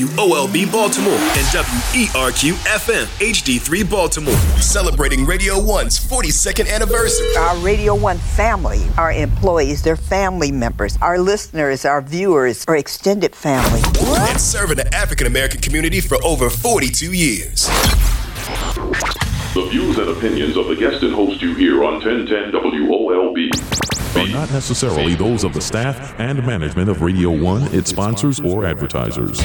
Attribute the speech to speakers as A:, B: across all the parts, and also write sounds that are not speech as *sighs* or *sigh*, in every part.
A: WOLB Baltimore and E WERQ FM HD3 Baltimore. Celebrating Radio 1's 42nd anniversary.
B: Our Radio 1 family, our employees, their family members, our listeners, our viewers, our extended family.
A: And serving the African American community for over 42 years.
C: The views and opinions of the guest and host you hear on 1010 WOLB
D: are not necessarily those of the staff and management of Radio 1, its sponsors, or advertisers.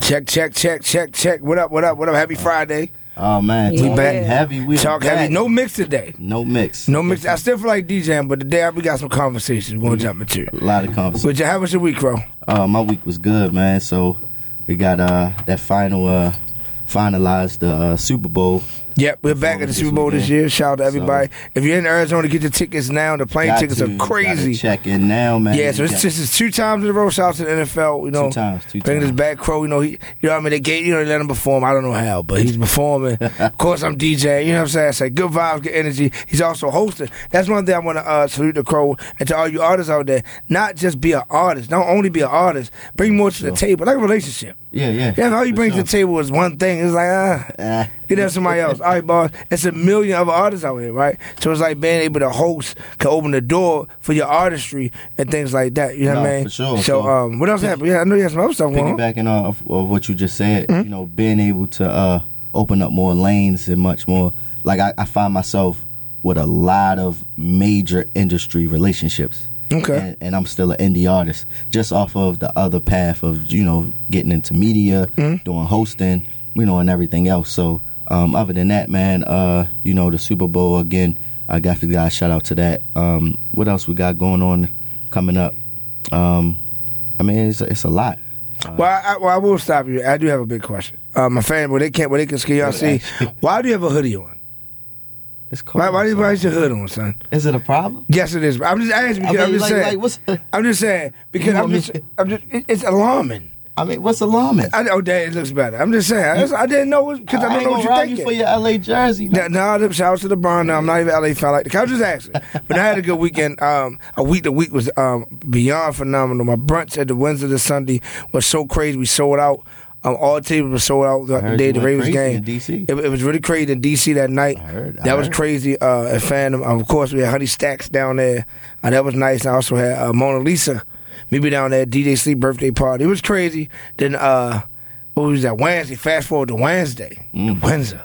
E: Check, check, check, check, check. What up, what up, what up? Happy Friday.
F: Oh man,
E: We
F: talk
E: back.
F: heavy. We
E: Talk
F: back.
E: heavy. No mix today.
F: no mix.
E: No mix. I still feel like DJing, but today we got some conversations we're going to jump into.
F: A lot of conversation.
E: But you, how was your week, bro?
F: Uh, my week was good, man. So we got uh that final uh finalized the uh, Super Bowl.
E: Yep, we're back at the
F: This
E: Super Bowl this
F: weekend.
E: year. Shout out to everybody.
F: So-
E: if you're in Arizona, get your tickets now. The plane
F: Got
E: tickets
F: to-
E: are
F: gotta
E: crazy.
F: Check in now, man.
E: Yeah, so it's,
F: Got-
E: this is two times in a row. Shout out to the NFL. You know,
F: times, two
E: bring this
F: times.
E: back crow. You know, he, you know what I mean. They gave you know they let him perform. I don't know how, but he's
F: *laughs*
E: performing. of course, I'm DJing. You know what I'm saying? I say good vibes, good energy. He's also hosting. That's one thing I want to uh, salute the crow and to all you artists out there. Not just be an artist. Don't only be an artist. Bring more to the table, like a relationship.
F: Yeah, yeah.
E: Yeah, all you
F: For
E: bring to
F: sure.
E: the table is one thing. It's like, ah,
F: Ah.
E: get up somebody else. All right, boss. It's a million other artists out here, right? So it's like being able to host can open the door for your artistry and things like that. You know what I
F: No,
E: mean?
F: for sure,
E: So,
F: sure.
E: um, what else happened? Yeah, I know you had some other stuff going on.
F: piggybacking off of what you just said, you know, being able to uh, open up more lanes and much more. Like I, I find myself with a lot of major industry relationships.
E: Okay.
F: And, and I'm still an indie artist, just off of the other path of you know getting into media, doing hosting, you know, and everything else. So um, other than that, man, uh, you know, the Super Bowl again. I got for guys. Shout out to that. Um, what else we got going on coming up? Um, I mean, it's, it's a lot.
E: Well, I, I- well, I will stop you. I do have a big question. Uh, my fan, well, they can't, well, they can see y'all see. Why do you have a hoodie on?
F: It's cold.
E: Why, why do you why is your hood on, son?
F: Is it a problem?
E: Yes, it is. But I'm just asking because I
F: I
E: am
F: mean,
E: just
F: like-
E: saying.
F: like, what's-
E: I'm just saying because
F: You
E: I'm
F: want me-
E: just, I'm just. it- It's alarming.
F: I mean, what's alarming?
E: I, oh, damn, it looks better. I'm just saying. I, just- I didn't know because I,
F: ain't
E: didn't know
F: gonna
E: what you're
F: rob
E: thinking.
F: you for your LA jersey.
E: Now,
F: man.
E: now them shout out to LeBron. Now I'm not even LA fan like the I was just asking, but I had a good weekend. Um, a week the week was um beyond phenomenal. My brunch at the Wednesday to Sunday was so crazy. We sold out. Um, all tables were sold out throughout the
F: heard
E: day.
F: you
E: The
F: went
E: Ravens
F: crazy
E: game.
F: in DC.
E: It, it was really crazy in DC that night.
F: I heard, I
E: that was
F: heard.
E: crazy. Uh, at Fandom, Um, of course, we had Honey Stacks down there. Uh, that was nice. I also had uh, Mona Lisa, maybe down there. at DJ Sleep birthday party. It was crazy. Then uh, what was that Wednesday? Fast forward to Wednesday.
F: Mm.
E: Wednesday.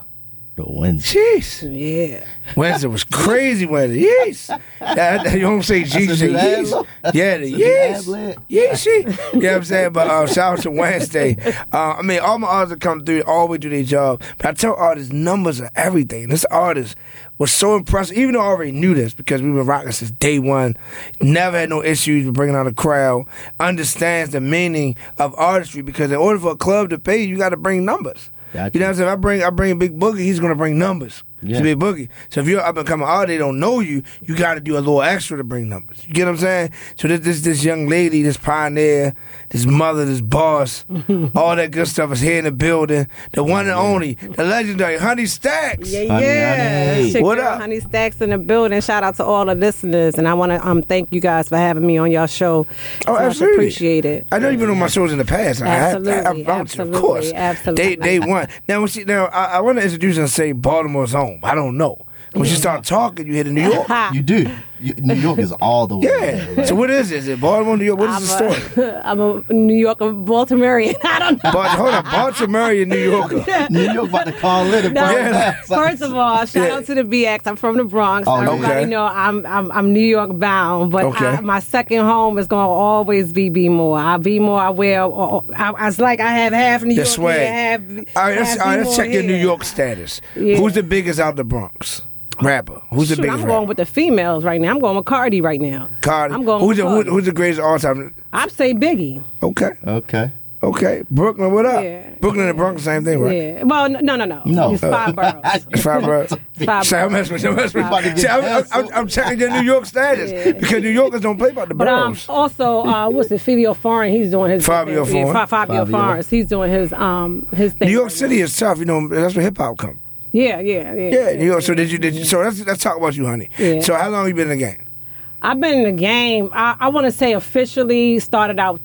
F: The Wednesday.
E: Jeez.
G: Yeah.
E: Wednesday was crazy Wednesday. Yes. That- you don't say G, you
F: That's a
E: say
F: new
E: yes.
F: ad-lib.
E: Yeah, the
F: That's a new
E: yes.
F: ad-lib.
E: Yes, she. You know what I'm saying? But uh, shout out to Wednesday. Uh, I mean, all my artists that come through, always do their job. But I tell artists, numbers are everything. This artist was so impressive, even though I already knew this because we've been rocking since day one. Never had no issues with bringing out a crowd. Understands the meaning of artistry because in order for a club to pay, you got to bring numbers.
F: Gotcha.
E: You know what I'm saying? If I bring I bring Big Boogie, he's gonna bring numbers.
F: Yeah.
E: It's Big Boogie. So if you're up and coming artist, they don't know you, you gotta do a little extra to bring numbers. You get what I'm saying? So this this this young lady, this pioneer, this mother, this
G: *laughs*
E: boss, all that good stuff is here in the building. The one and only, the legendary Honey Stacks.
G: Yeah,
F: Honey,
G: yeah.
F: honey.
G: It's your
E: What
G: girl,
E: up?
G: Honey Stacks in the building. Shout out to all the listeners, and I want to um thank you guys for having me on your show.
E: Oh,
G: It's much appreciated.
E: I know you've been on my shows in the past. I have- I, have
G: Absolutely,
E: vouched, of
G: absolutely,
E: course. Day,
G: absolutely.
E: day one. Now, when she, now I, I want to introduce and say Baltimore's home. I don't know. When she start talking, you hit in New
G: *laughs*
E: York.
F: You do. You, New York is all the way.
E: Yeah. So what is it? Is it Baltimore, New York? What is the story?
G: *laughs* I'm a New Yorker, Baltimorean. *laughs* I don't know.
E: But hold on, Baltimore, you New
G: *laughs*
E: Yorker.
F: New York about to call it.
G: No,
E: Yeah.
G: First of all, shout out to the BX. I'm from the Bronx.
F: Oh, yeah.
G: Everybody
E: Okay.
G: know I'm, I'm I'm New York bound, but
E: Okay.
G: I, my second home is gonna always be B more. I be more. I wear. I, I, it's like I have half New
E: This
G: York
E: way.
G: here, half.
E: All right, let's,
G: half
E: all right, let's
G: B-more
E: check your New
G: here.
E: York status.
G: Yeah.
E: Who's the biggest out the Bronx rapper? Who's the
G: Shoot,
E: biggest
G: I'm going
E: rapper?
G: with the females right now. I'm going with Cardi right now.
E: Cardi.
G: I'm going
E: who's
G: with
E: the who,
G: Cardi.
E: who's the greatest all time?
G: I'm saying Biggie.
E: Okay,
F: Okay.
E: okay. Brooklyn, what up?
G: Yeah.
E: Brooklyn and Bronx, same thing, right?
G: Yeah. Well, n- no, no, no.
F: No.
E: *laughs*
G: It's five boroughs.
E: It's Five, bro.
G: *laughs* Five
E: See, I'm messing with you. I'm messing
F: About to
E: with
F: get
E: you. See, I'm, I'm, I'm,
F: canceled.
E: I'm checking your New York status
G: Yeah.
E: because New Yorkers don't play about the
G: But um,
E: Bronx.
G: also, uh, what's it? Fabio Foreign, he's doing his
E: Fabio
G: yeah,
E: Foreign.
G: Fa- Fabio,
F: Fabio.
G: Foreign, he's doing his um his thing.
E: New York
G: right
E: City is tough, you know. That's where hip hop comes.
G: now. Yeah, yeah, yeah.
E: Yeah, New York. So did you? Did you? So let's let's talk about you, honey.
G: Yeah.
E: So how long you been in the game?
G: I've been in the game. I, I want to say officially started out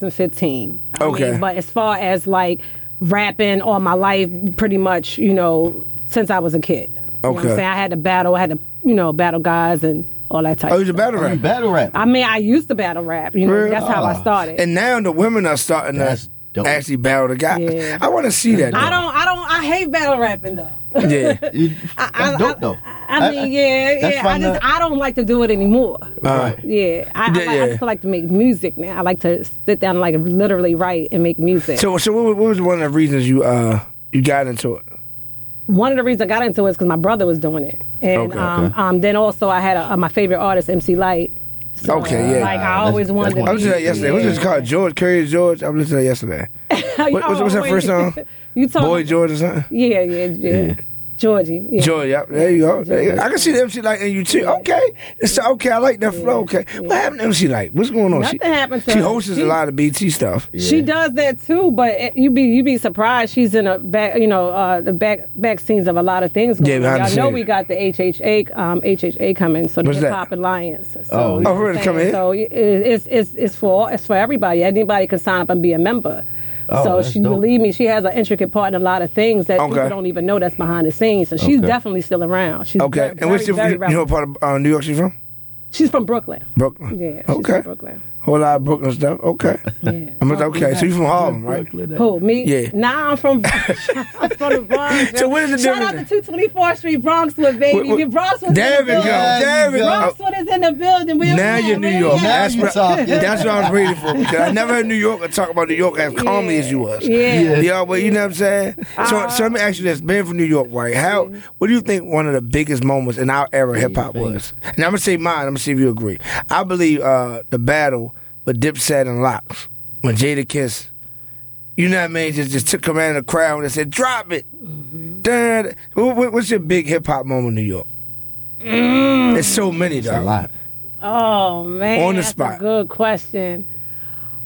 G: 2015. I
E: Okay.
G: mean, but as far as like rapping all my life, pretty much, you know, since I was a kid. You know what I'm
E: Okay.
G: saying? I had to battle. I had to, you know, battle guys and all that type.
E: Oh,
G: of
E: he's a
G: stuff.
E: battle
F: You
E: rap.
F: battle rap.
G: I mean, I used to battle rap. You know,
E: Really?
G: that's how I started.
E: And now the women are starting
F: That's
E: to
F: dope.
E: actually battle the guy.
G: Yeah.
E: I want to see that.
G: I
E: though.
G: don't. I don't. I hate battle rapping though.
E: Yeah.
F: You- that's
G: I,
F: dope
G: I,
F: though.
G: I mean, yeah,
F: that's
G: yeah. I
F: fine,
G: just
F: uh,
G: I don't like to do it anymore. Yeah, I, I,
E: Yeah,
G: like, I
E: yeah.
G: just like to make music now. I like to sit down and like literally write and make music.
E: So, so what, was- what was one of the reasons you uh you got into it?
G: One of the reasons I got into it is because my brother was doing it, and
E: Okay.
G: um, um, then also I had a, my favorite artist, MC Light. So,
E: Okay, yeah.
G: Like I
F: Wow,
G: always
F: that's-
G: wanted.
F: that's
G: to
E: I was
G: be-
E: listening to that yesterday. What's this
G: *laughs*
E: called? George Curry George. I was listening to that yesterday.
G: Yo,
E: What, what's, what's that
G: wait.
E: first song?
G: *laughs* you told
E: Boy George or something.
G: Yeah, yeah, yeah.
F: Yeah.
G: Georgie. Yeah.
E: George, yep, there you go. There you go. I can see the MC Light in you too. Okay, it's okay. I like that flow. Okay, what happened to MC Light? What's going on?
G: Nothing happened to
E: She
G: her.
E: hosts
G: She-
E: a lot of BT stuff.
G: She does that too, but it, you be you be surprised. She's in a back, you know, uh, the back back scenes of a lot of things.
E: Yeah,
G: Going
E: behind
G: on.
E: the
G: Y'all know
E: scenes.
G: we got the HHA, um, HHA coming, so the
E: What's
G: Hip
E: that?
G: Hop Alliance. So,
F: Oh,
G: you know
E: Oh, for
G: what
E: it to
G: I'm
E: come
G: saying?
E: in?
G: So it, it's it's it's for it's for everybody. Anybody can sign up and be a member.
F: Oh,
G: so
F: that's
G: she
F: dope.
G: believe me, she has an intricate part in a lot of things that
E: Okay.
G: people don't even know that's behind the scenes. So she's
F: Okay.
G: definitely still around. She's
E: Okay,
G: very,
E: and what's
G: very,
E: your
G: very
E: you know what
G: relevant.
E: part of uh, New York she's from?
G: She's from Brooklyn.
E: Brooklyn.
G: Yeah, she's
E: Okay.
G: from Brooklyn.
E: Whole lot of Brooklyn stuff. Okay.
G: Yeah.
E: I'm just- okay. So you from Harlem, right?
G: Who me?
E: Yeah.
G: Nah, I'm from
E: *laughs*
G: *laughs* I'm from the Bronx.
E: So what is the
G: Shout
E: difference?
G: out to 224th Street Bronxwood, baby.
E: What- what-
G: The Bronxwood.
E: There
G: in
E: we
G: the
E: go.
G: building.
E: There we go.
G: Bronxwood is in the building. We're
E: Now you're New York.
F: Now
E: That's
F: you
E: what,
F: talk, yeah.
E: that's what I was waiting for because I never heard New Yorker talk about New York as calmly as you was.
G: Yeah.
E: Yeah, Uh-huh. well, you know what I'm saying? So, so let me ask you this. Being from New York, right? How, what do you think one of the biggest moments in our era of hip hop was? And I'm going to say mine. I'm going to see if you agree. I believe uh, the battle with Dipset and Locks when Jada Kiss, you know what I mean? Just, just took command of the crowd and said, drop it. Mm-hmm. Dun- what- what- What's your big hip hop moment in New York? There's so many, though.
F: A lot.
G: Oh man.
E: On the
G: that's
E: spot.
G: A good question.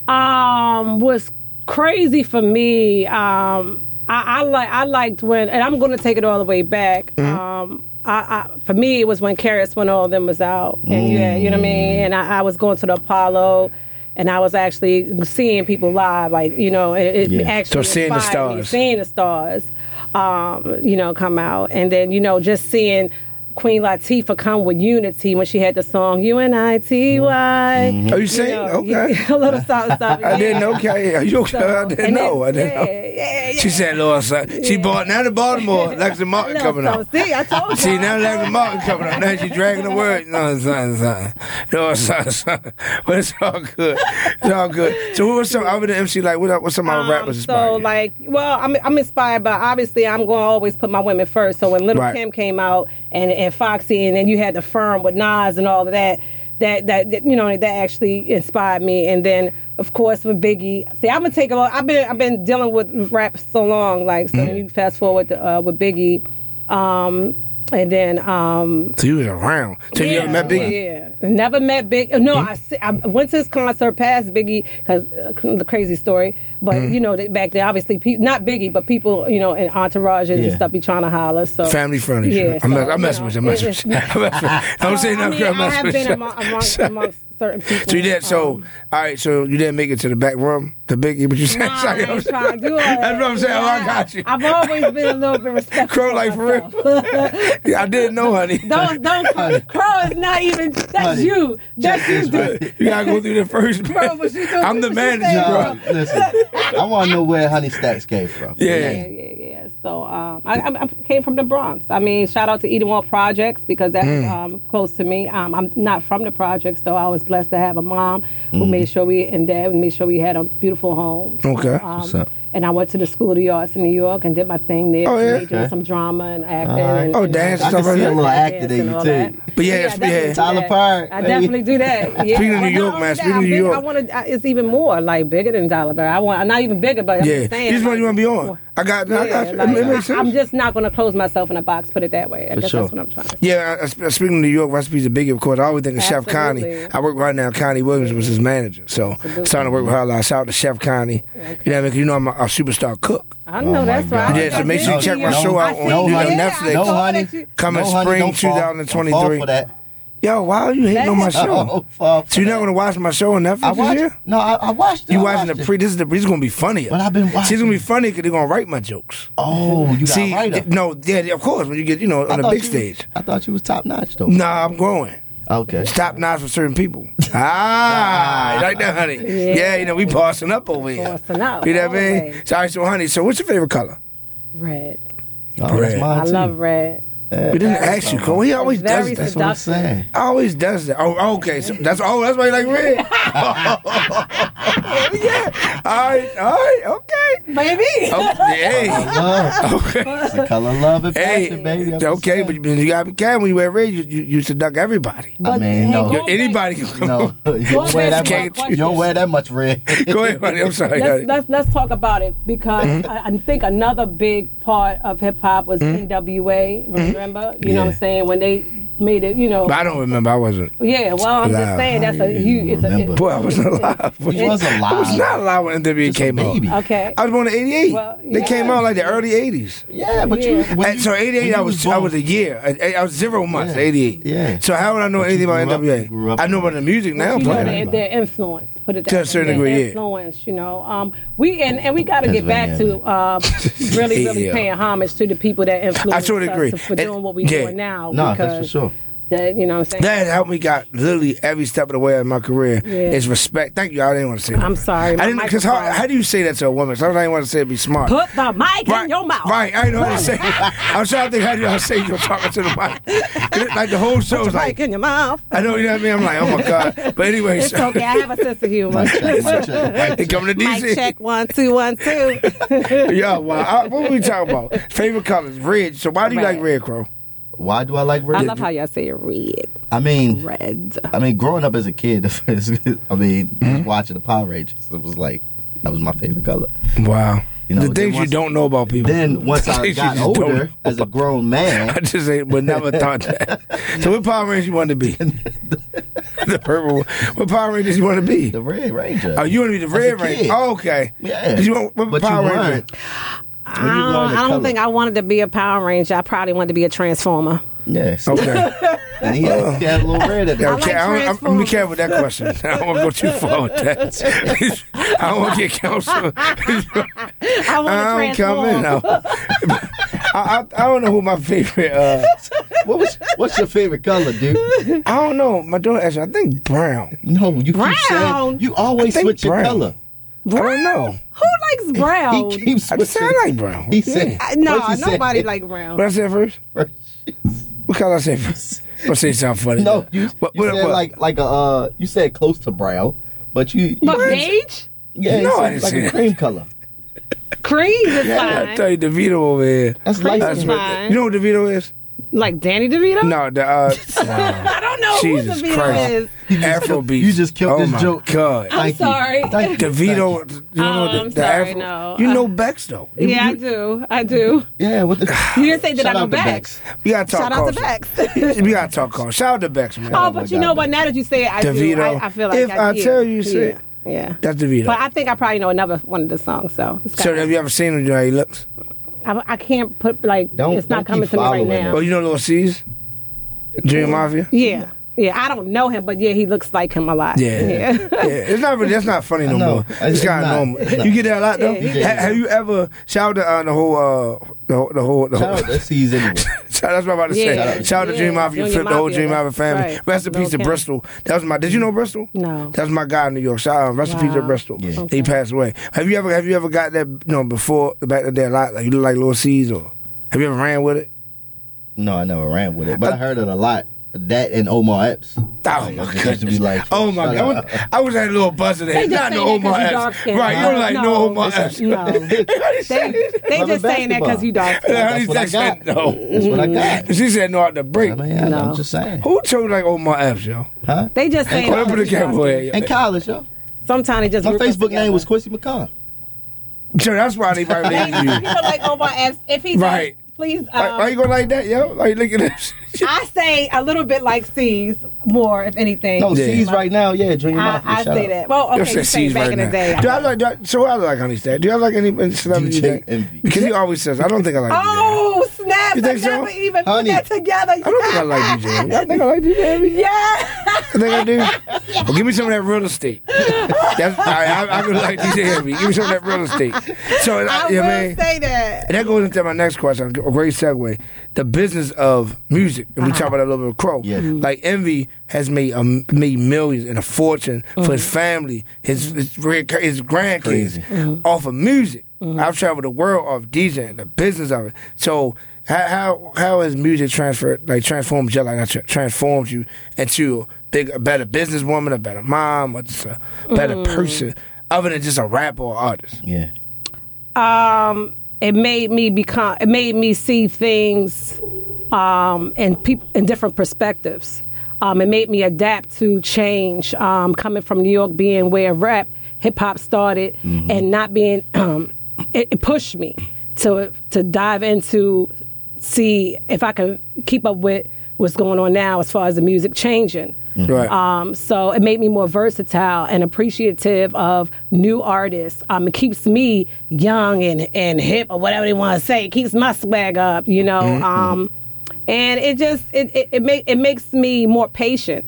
G: Um, was crazy for me. Um, I, I like I liked when, and I'm going to take it all the way back.
E: Mm-hmm.
G: Um, I, I, for me, it was when Karis when all of them was out, and
E: Mm.
G: yeah, you know what I mean. And I, I was going to the Apollo. And I was actually seeing people live, like you know, it, it
F: Yeah.
G: actually
E: So seeing the
G: inspired me,
E: stars.
G: seeing the stars, um, you know, come out, and then you know, just seeing Queen Latifah come with unity when she had the song "You and I T Y."
E: Are you saying? Mm-hmm. okay.
G: *laughs* a
E: *laughs*
G: little something, something.
E: I
G: yeah.
E: didn't know. Okay, Are you okay? I
G: So,
E: didn't
G: and then-
E: know. I didn't
G: yeah,
E: know.
G: Yeah, yeah.
E: She said, "Lord, son, she bought now the
G: *laughs*
E: Baltimore Lexi Martin
G: Look,
E: coming
G: so
E: up.
G: See, I told you.
E: See now Lexi Martin coming up. Now she dragging the word. No son, son, no son, son. But it's all good. It's all good. So what was some other than MC like? What what's some other
G: Um,
E: rappers inspired?
G: So
E: you?
G: like, well, I'm I'm inspired by obviously I'm going to always put my women first. So when Little
E: Right.
G: Kim came out and and Foxy and then you had the firm with Nas and all of that. That, that that, you know that actually inspired me, and then of course with Biggie. See, I'm gonna take a lot. I've been I've been dealing with rap so long, like
E: Mm.
G: so. when You fast forward to, uh, with Biggie, um, and then um,
E: so you was around. So you ever met Biggie?
G: yeah. Never met Big. No,
E: Mm-hmm.
G: I se- I, went to his concert past Biggie because uh, the crazy story. But
E: Mm-hmm.
G: you know, that back then, obviously, pe- not Biggie, but people, you know, in entourages and
F: Yeah.
G: stuff, be trying to holler. So
E: Family friendly.
G: Yeah,
E: I'm, mess-
G: so,
E: I'm messing
G: you
E: with you. I'm messing
G: know, it-
E: with you. *laughs* I'm messing with you. Don't say
G: I,
E: nothing.
G: mean,
E: I'm
G: I
E: messing
G: have
E: with
G: been
E: you. *laughs*
G: among, amongst, amongst certain people. um,
E: So you did. So *laughs* all right. So you didn't make it to the back room, the biggie. But you *laughs* said,
G: Nah, I ain't trying to do all that.
E: That's what I'm saying. Oh, I got you.
G: I've always been a little bit respectful.
E: Crow like for
G: myself.
E: real. *laughs* yeah, I didn't know, honey.
G: *laughs* Don't don't. Crow is not even. That's
F: Honey,
G: you. That's you. dude.
E: *laughs* you gotta go through the first.
G: Bro, what you doing?
E: I'm the
G: What you
E: manager,
G: saying,
E: bro.
F: Nah, listen, I want to know where Honey Stacks came from.
E: Yeah.
G: yeah, yeah, yeah. So um, I, I, I came from the Bronx. I mean, shout out to Eden Wall Projects because that's
E: Mm.
G: um, close to me. Um, I'm not from the projects, so I was blessed to have a mom who
E: Mm.
G: made sure we and dad who made sure we had a beautiful home. um,
E: Okay.
F: What's up?
G: And I went to the School of the Arts in New York and did my thing there.
E: Oh, yeah?
G: They did
F: Okay.
G: some drama and acting. And,
E: Oh,
G: and all
E: dance
G: that.
E: and stuff
F: I can see
E: like
F: a little
E: that.
F: actor in
G: and all
F: you too.
G: that.
E: But yeah,
G: I
E: yeah.
G: definitely do
F: Tyler
G: that.
F: Perry,
G: I
F: baby.
G: definitely do that.
E: *laughs*
G: Yeah.
E: Speaking of New
G: Well, not
E: York, man,
G: only that,
E: speaking of
G: I'm
E: New
G: big-
E: York.
G: I want to. It's even more like bigger than Dollar Bear. I want. I'm not even bigger, but I'm
E: Yeah,
G: just saying.
E: this is what you want to be on. I got, I
G: Yeah,
E: got you.
G: like,
E: it makes
G: I-
E: sense.
G: I'm just not going to close myself in a box. Put it that way. I
F: For
G: guess
F: sure.
G: that's what I'm trying. to say.
E: yeah, I, I sp- speaking of New York recipes are big, of course. I always think of Chef Connie.
G: Absolutely.
E: I work right now. Connie Williams was his manager, so starting to work with her a lot. Shout out to Chef Connie. You know what I mean? 'Cause You know I'm a, a superstar cook.
G: I know
F: Oh my
G: that's
F: God.
G: right.
E: Yeah, so make sure you check my
G: I
E: show out
G: see
E: on
G: you.
E: Netflix.
G: Yeah, I
E: No,
G: saw that
F: honey.
G: you-
E: Coming
F: No, honey,
E: spring
F: *laughs* don't fall. Don't fall
E: 2023.
F: for that.
E: Yo, why are you hating on my show?
F: Oh, fuck.
E: So you're not gonna watch my show on Netflix
F: I
E: this
F: watched.
E: year?
F: No, I, I watched. it.
E: You
F: I
E: watching
F: watched
E: the
F: it.
E: pre? This is the. This is gonna be funnier.
F: But I've been
E: She's
F: watching
E: gonna be
F: it.
E: funny because they're gonna write my jokes.
F: Oh, you got
E: See,
F: right
E: th-
F: up.
E: no, yeah, of course. When you get, you know,
F: I
E: on the
F: thought
E: big
F: you-
E: stage.
F: I thought you was top notch though.
E: Nah, I'm growing.
F: Okay.
E: Stop knives for certain
F: *laughs*
E: people. ah, you like that, honey. Yeah.
G: Yeah.
E: you know, we passing up over here.
G: Passing up,
E: You know what I mean?
G: always.
E: So, all right, so, honey, so what's your favorite color?
G: Red.
F: Oh,
E: Red.
F: that's mine
G: I
F: too.
G: love red.
E: We didn't ask you, Cole. He always does
G: Very
E: that.
F: That's what I'm saying.
E: Always does that. Oh, okay. So that's oh, that's why you like red. *laughs* yeah. All right. All right. Okay.
G: Baby.
E: Oh, hey. *laughs*
F: Love.
E: Okay.
F: It's the color of love and passion, baby.
E: Hey.
F: That's what's
E: Okay,
F: up.
E: but you, you gotta be careful when you wear red. You you, you seduct everybody.
F: I mean, no.
G: go-
E: Anybody can *laughs*
F: No, you don't wear that
E: Can't-
F: much. You don't wear that much red.
E: *laughs* Go ahead, honey. I'm sorry. honey.
G: Let's, let's let's talk about it because
E: Mm-hmm.
G: I, I think another big part of hip hop was NWA.
E: Mm-hmm.
G: Remember, you know
F: Yeah.
G: what I'm saying when they made it. You know,
E: But I don't remember. I wasn't.
G: yeah. Well, I'm
E: Wow.
G: just saying that's a
F: You
G: huge. It's a,
F: remember.
G: it,
E: Boy, I wasn't alive.
F: *laughs* You was alive.
E: I was not alive when NWA
F: Just a
E: came out.
F: baby.
G: okay.
E: I was born in '88.
G: Well,
E: They came
G: yeah.
E: out like the early '80s.
F: Yeah, but you.
G: Yeah.
F: when
E: And
F: you-
E: so
F: when
E: '88,
F: you
E: I was I
F: born-
E: was a year. I, I was zero months.
F: Yeah.
E: '88.
F: Yeah.
E: So how would I know
F: But you
E: anything about
F: grew up- you
E: NWA?
F: grew up
E: I know about the music now.
G: you know
E: but-
G: their, their influence. Put it that
E: To a
G: way,
E: certain
G: their
E: degree, yeah.
G: influence. You know, um, we and, and we got to get back to uh, really,
E: *laughs*
G: really
E: Yeah.
G: paying homage to the people that influenced
E: I totally
G: us
E: agree.
G: for
E: And-
G: doing what we
E: yeah.
G: doing now.
F: No, that's for
G: because
F: sure.
G: That you know, what I'm saying.
E: That helped me got literally every step of the way of my career
G: Yeah.
E: is respect. Thank you. I didn't want to say that.
G: I'm sorry,
E: I
G: my
E: didn't because how,
G: microphone.
E: how do you say that to a woman? Sometimes I didn't want to say it, be smart.
G: Put the mic
E: right,
G: in your mouth.
E: Right. I know how to say it. I'm trying to think how do y'all say you're talking to the mic? Like the whole show's
G: Mic
E: like
G: in
E: *laughs*
G: your mouth.
E: I know you know what I mean. I'm like, oh my god. But anyway,
G: It's
E: so- *laughs*
G: okay. I have a sense of humor.
F: Mic check, mic check,
G: *laughs*
F: mic
E: they coming to
G: Mic
E: DC.
G: check one two one two.
E: *laughs* Yeah, well, I, what were we talking about? Favorite colors, red. So why do you
G: Red.
E: like red, Crow?
F: Why do I like red?
G: I love how y'all say it red,
F: I mean,
G: red.
F: I mean, growing up as a kid, *laughs* I mean,
E: Mm-hmm.
F: just watching the Power Rangers, it was like that was my favorite color.
E: Wow.
F: You know,
E: the things
F: then
E: you
F: once-
E: don't know about people. *laughs*
F: Then once I
E: Things you
F: got
E: just don't
F: older,
E: know
F: as a grown
E: *laughs*
F: man,
E: I just ain't, would
F: *laughs*
E: never thought that. So what Power Rangers you want to be? *laughs* the purple one. What Power Rangers you want to be?
F: the Red Ranger.
E: Oh, you want to be the
F: As a
E: red ranger?
F: kid.
E: Oh, okay.
F: Yeah.
E: You want, what
F: But you
E: Power Ranger?
F: learned-
G: I
F: when you learn
G: don't,
F: the
G: I don't
F: color.
G: think I wanted to be a Power Ranger. I probably wanted to be a Transformer.
F: Yes.
E: Okay.
F: *laughs* And he had, he had a little red in
E: *laughs*
F: there.
E: Okay, I don't- I'm, I'm, gonna be careful with that question. I don't want to go too far with
F: *laughs*
E: that. I don't want to get counsel.
G: I want to
E: I'm
G: transform.
E: coming out. I, I, I don't know who my favorite. Uh,
F: What was, what's your favorite color, dude?
E: I don't know. My daughter asked. I think brown.
F: No, you keep saying
G: Brown.
F: you
E: I
F: always
E: think
F: switch
E: brown.
F: your color.
E: I don't know.
G: Who likes brown?
F: He keeps
E: I
F: switching.
E: just said I like brown.
F: He
E: Yeah.
F: said,
G: Oh. I- no,
F: first he said- *laughs*
G: nobody like brown.
E: What I said first? What color I said
F: *laughs*
E: first? I say something funny.
F: No, you,
E: What-
F: you
E: what-
F: said
E: what?
F: like like a uh, you said close to brown, but you, you
G: but
F: you-
G: beige,
F: yeah, you
E: No,
F: said
E: I didn't
F: like
E: say
F: a
E: that.
F: cream color.
G: cream is
E: I
G: fine.
E: tell you, DeVito over here.
F: That's
G: Cream
F: light.
G: is
E: That's what-
G: fine.
E: you know what DeVito is?
G: like Danny DeVito.
E: No, the uh,
F: *laughs*
G: I don't know
E: Jesus
G: who DeVito
E: Christ.
G: is.
E: Afro beat.
F: you just killed
E: oh
F: this
E: my
F: joke.
E: God.
G: I'm
F: Thank you.
G: sorry.
F: Thank you.
E: DeVito,
F: Thank you.
E: you know
G: Oh,
E: the,
G: I'm
E: the
G: sorry,
E: Afro.
G: no.
E: You
G: Uh,
E: know Bex though. You,
G: Yeah, I
E: you,
G: do. I do.
F: Yeah,
E: *sighs*
F: what the?
G: You didn't say that
F: Shout
G: I know
F: out to
G: Bex.
F: Bex.
E: we gotta talk.
G: Shout out to
E: Carl.
G: Bex.
E: we gotta talk. Call. Shout out to Bex, man.
G: *laughs*
F: my
G: Oh, but you
F: God,
G: know
F: man.
G: what? Now that you say it, I do.
E: DeVito.
G: I, I feel like
E: If I
G: yeah,
E: tell you, you
G: yeah,
E: say it.
G: yeah.
E: That's DeVito.
G: But I think I probably know another one of the songs. So, it's
E: so
G: kinda-
E: have you ever seen him? You know how he looks.
G: I, I can't put like
F: Don't-
G: it's not
F: don't
G: coming
F: keep
G: to me right
F: following
G: now.
E: Oh, you know Little C's, Dream Mafia.
G: Yeah, yeah. I don't know him, but yeah, he looks like him a lot.
E: Yeah. Yeah, it's not really. That's not funny no
F: I know.
E: more.
F: It's
E: It's kind of
F: not.
E: normal.
F: It's not.
E: You get that a lot though.
G: Yeah.
E: Ha- have you ever shout out to uh, the whole uh, the whole the whole, the whole
F: Shout out to C's anyway.
E: *laughs* Shout, that's what I'm about to say.
G: Yeah.
E: Shout out to
G: Yeah.
E: Dream Mafia,
G: Junior
E: flip the whole
G: Mafia,
E: Dream Mafia
G: that's
E: family.
G: right.
E: Rest in
G: Little
E: peace to
G: Kim.
E: Bristol. That was my. Did you know Bristol?
G: No.
E: That was my guy in New York. Shout out. Rest in peace to
G: Wow.
E: Bristol.
F: Yeah.
E: He
G: Okay.
E: passed away. Have you ever have you ever got that? You know, before back in the day, a lot like you look like Little C's or have you ever ran with it?
F: No, I never ran with it, but I heard it a lot. That and Omar Epps.
E: Oh
F: I
E: my
F: just used to be
E: goodness.
F: like,
E: Oh my
F: shut
E: god. I
F: up.
E: wish- I was at a little buzz in there.
G: They just
E: Not no
G: saying that
E: Omar
G: 'cause you
E: Epps.
G: dark-skinned.
E: Right, you don't like no
G: No.
E: Omar Epps. *laughs*
G: No, they, *laughs* they
F: Love
G: just
F: and
G: saying that
F: basketball.
G: because you dark.
E: Yeah,
F: That's
E: he
F: what I
E: said
F: got.
E: no.
F: That's what I
E: *laughs*
F: got.
E: She said no at the break.
F: I mean, I,
G: No.
F: I'm just saying.
E: Who told like Omar Epps, yo?
F: Huh?
E: *laughs*
G: They just saying.
E: Whoever the
G: that 'cause you
E: camera
G: dark-skinned.
E: away, yo.
F: In college, yo.
G: Sometimes it just
F: My
G: group us
F: Facebook name
G: together.
F: was Quincy McCall.
E: So that's why they probably
G: *laughs* They-
E: named you.
G: People like Omar Epps. If he does
E: Right.
G: please. Um,
E: Why, why you going like that, *laughs* yo? Why you looking at?
G: I say a little bit like C's more, if anything.
F: No,
E: Yeah.
F: C's right now, yeah, Junior
G: I,
F: Mafia.
G: I
F: shout
G: say
F: out.
G: that. Well,
E: Yo
G: okay, you
E: said
G: say
E: C's
G: back
E: right
G: in the
E: now.
G: day.
E: Do I like? Do I, so I like Honey Stat. Do I like any celebrity? you
F: DJ
E: think?
F: Envy.
E: Because he always says I don't think I like. DJ.
G: Oh snap!
E: You
G: I
E: think so?
G: never even
F: Honey.
G: put that together.
E: I don't think
G: *laughs*
E: I like DJ. Envy. I think I like DJ. Envy.
G: yeah.
E: I think I do. Well, give me some of that real estate. That's, I, I, I really like DJ Envy. Give me some of that real estate. So
G: I
E: you know
G: will
E: what I mean?
G: say that.
E: And that goes into my next question. A great segue. The business of music, and we talk about that a little bit with Crow. Mm-hmm.
F: Yeah. Mhm.
E: Like Envy has made um, made millions and a fortune for his family, his his, red- his grandkids Mm-hmm.
F: Crazy.
E: off of music. I've traveled the world off DJing, the business of it. So how how how has music transferred like transformed you like I tra- transformed you into a big a better businesswoman, a better mom, or just a better person, other than just a rapper or artist?
F: Yeah.
G: Um, it made me become. It made me see things, um, and people in different perspectives. Um, it made me adapt to change. Um, coming from New York, being where rap hip hop started, and not being, *clears throat* um, it, it pushed me to to dive into see if I can keep up with what's going on now as far as the music changing.
E: Right.
G: Um, so it made me more versatile and appreciative of new artists. Um, it keeps me young and, and hip or whatever they want to say. It keeps my swag up, you know. Um, and it just it it, it, make, it makes me more patient.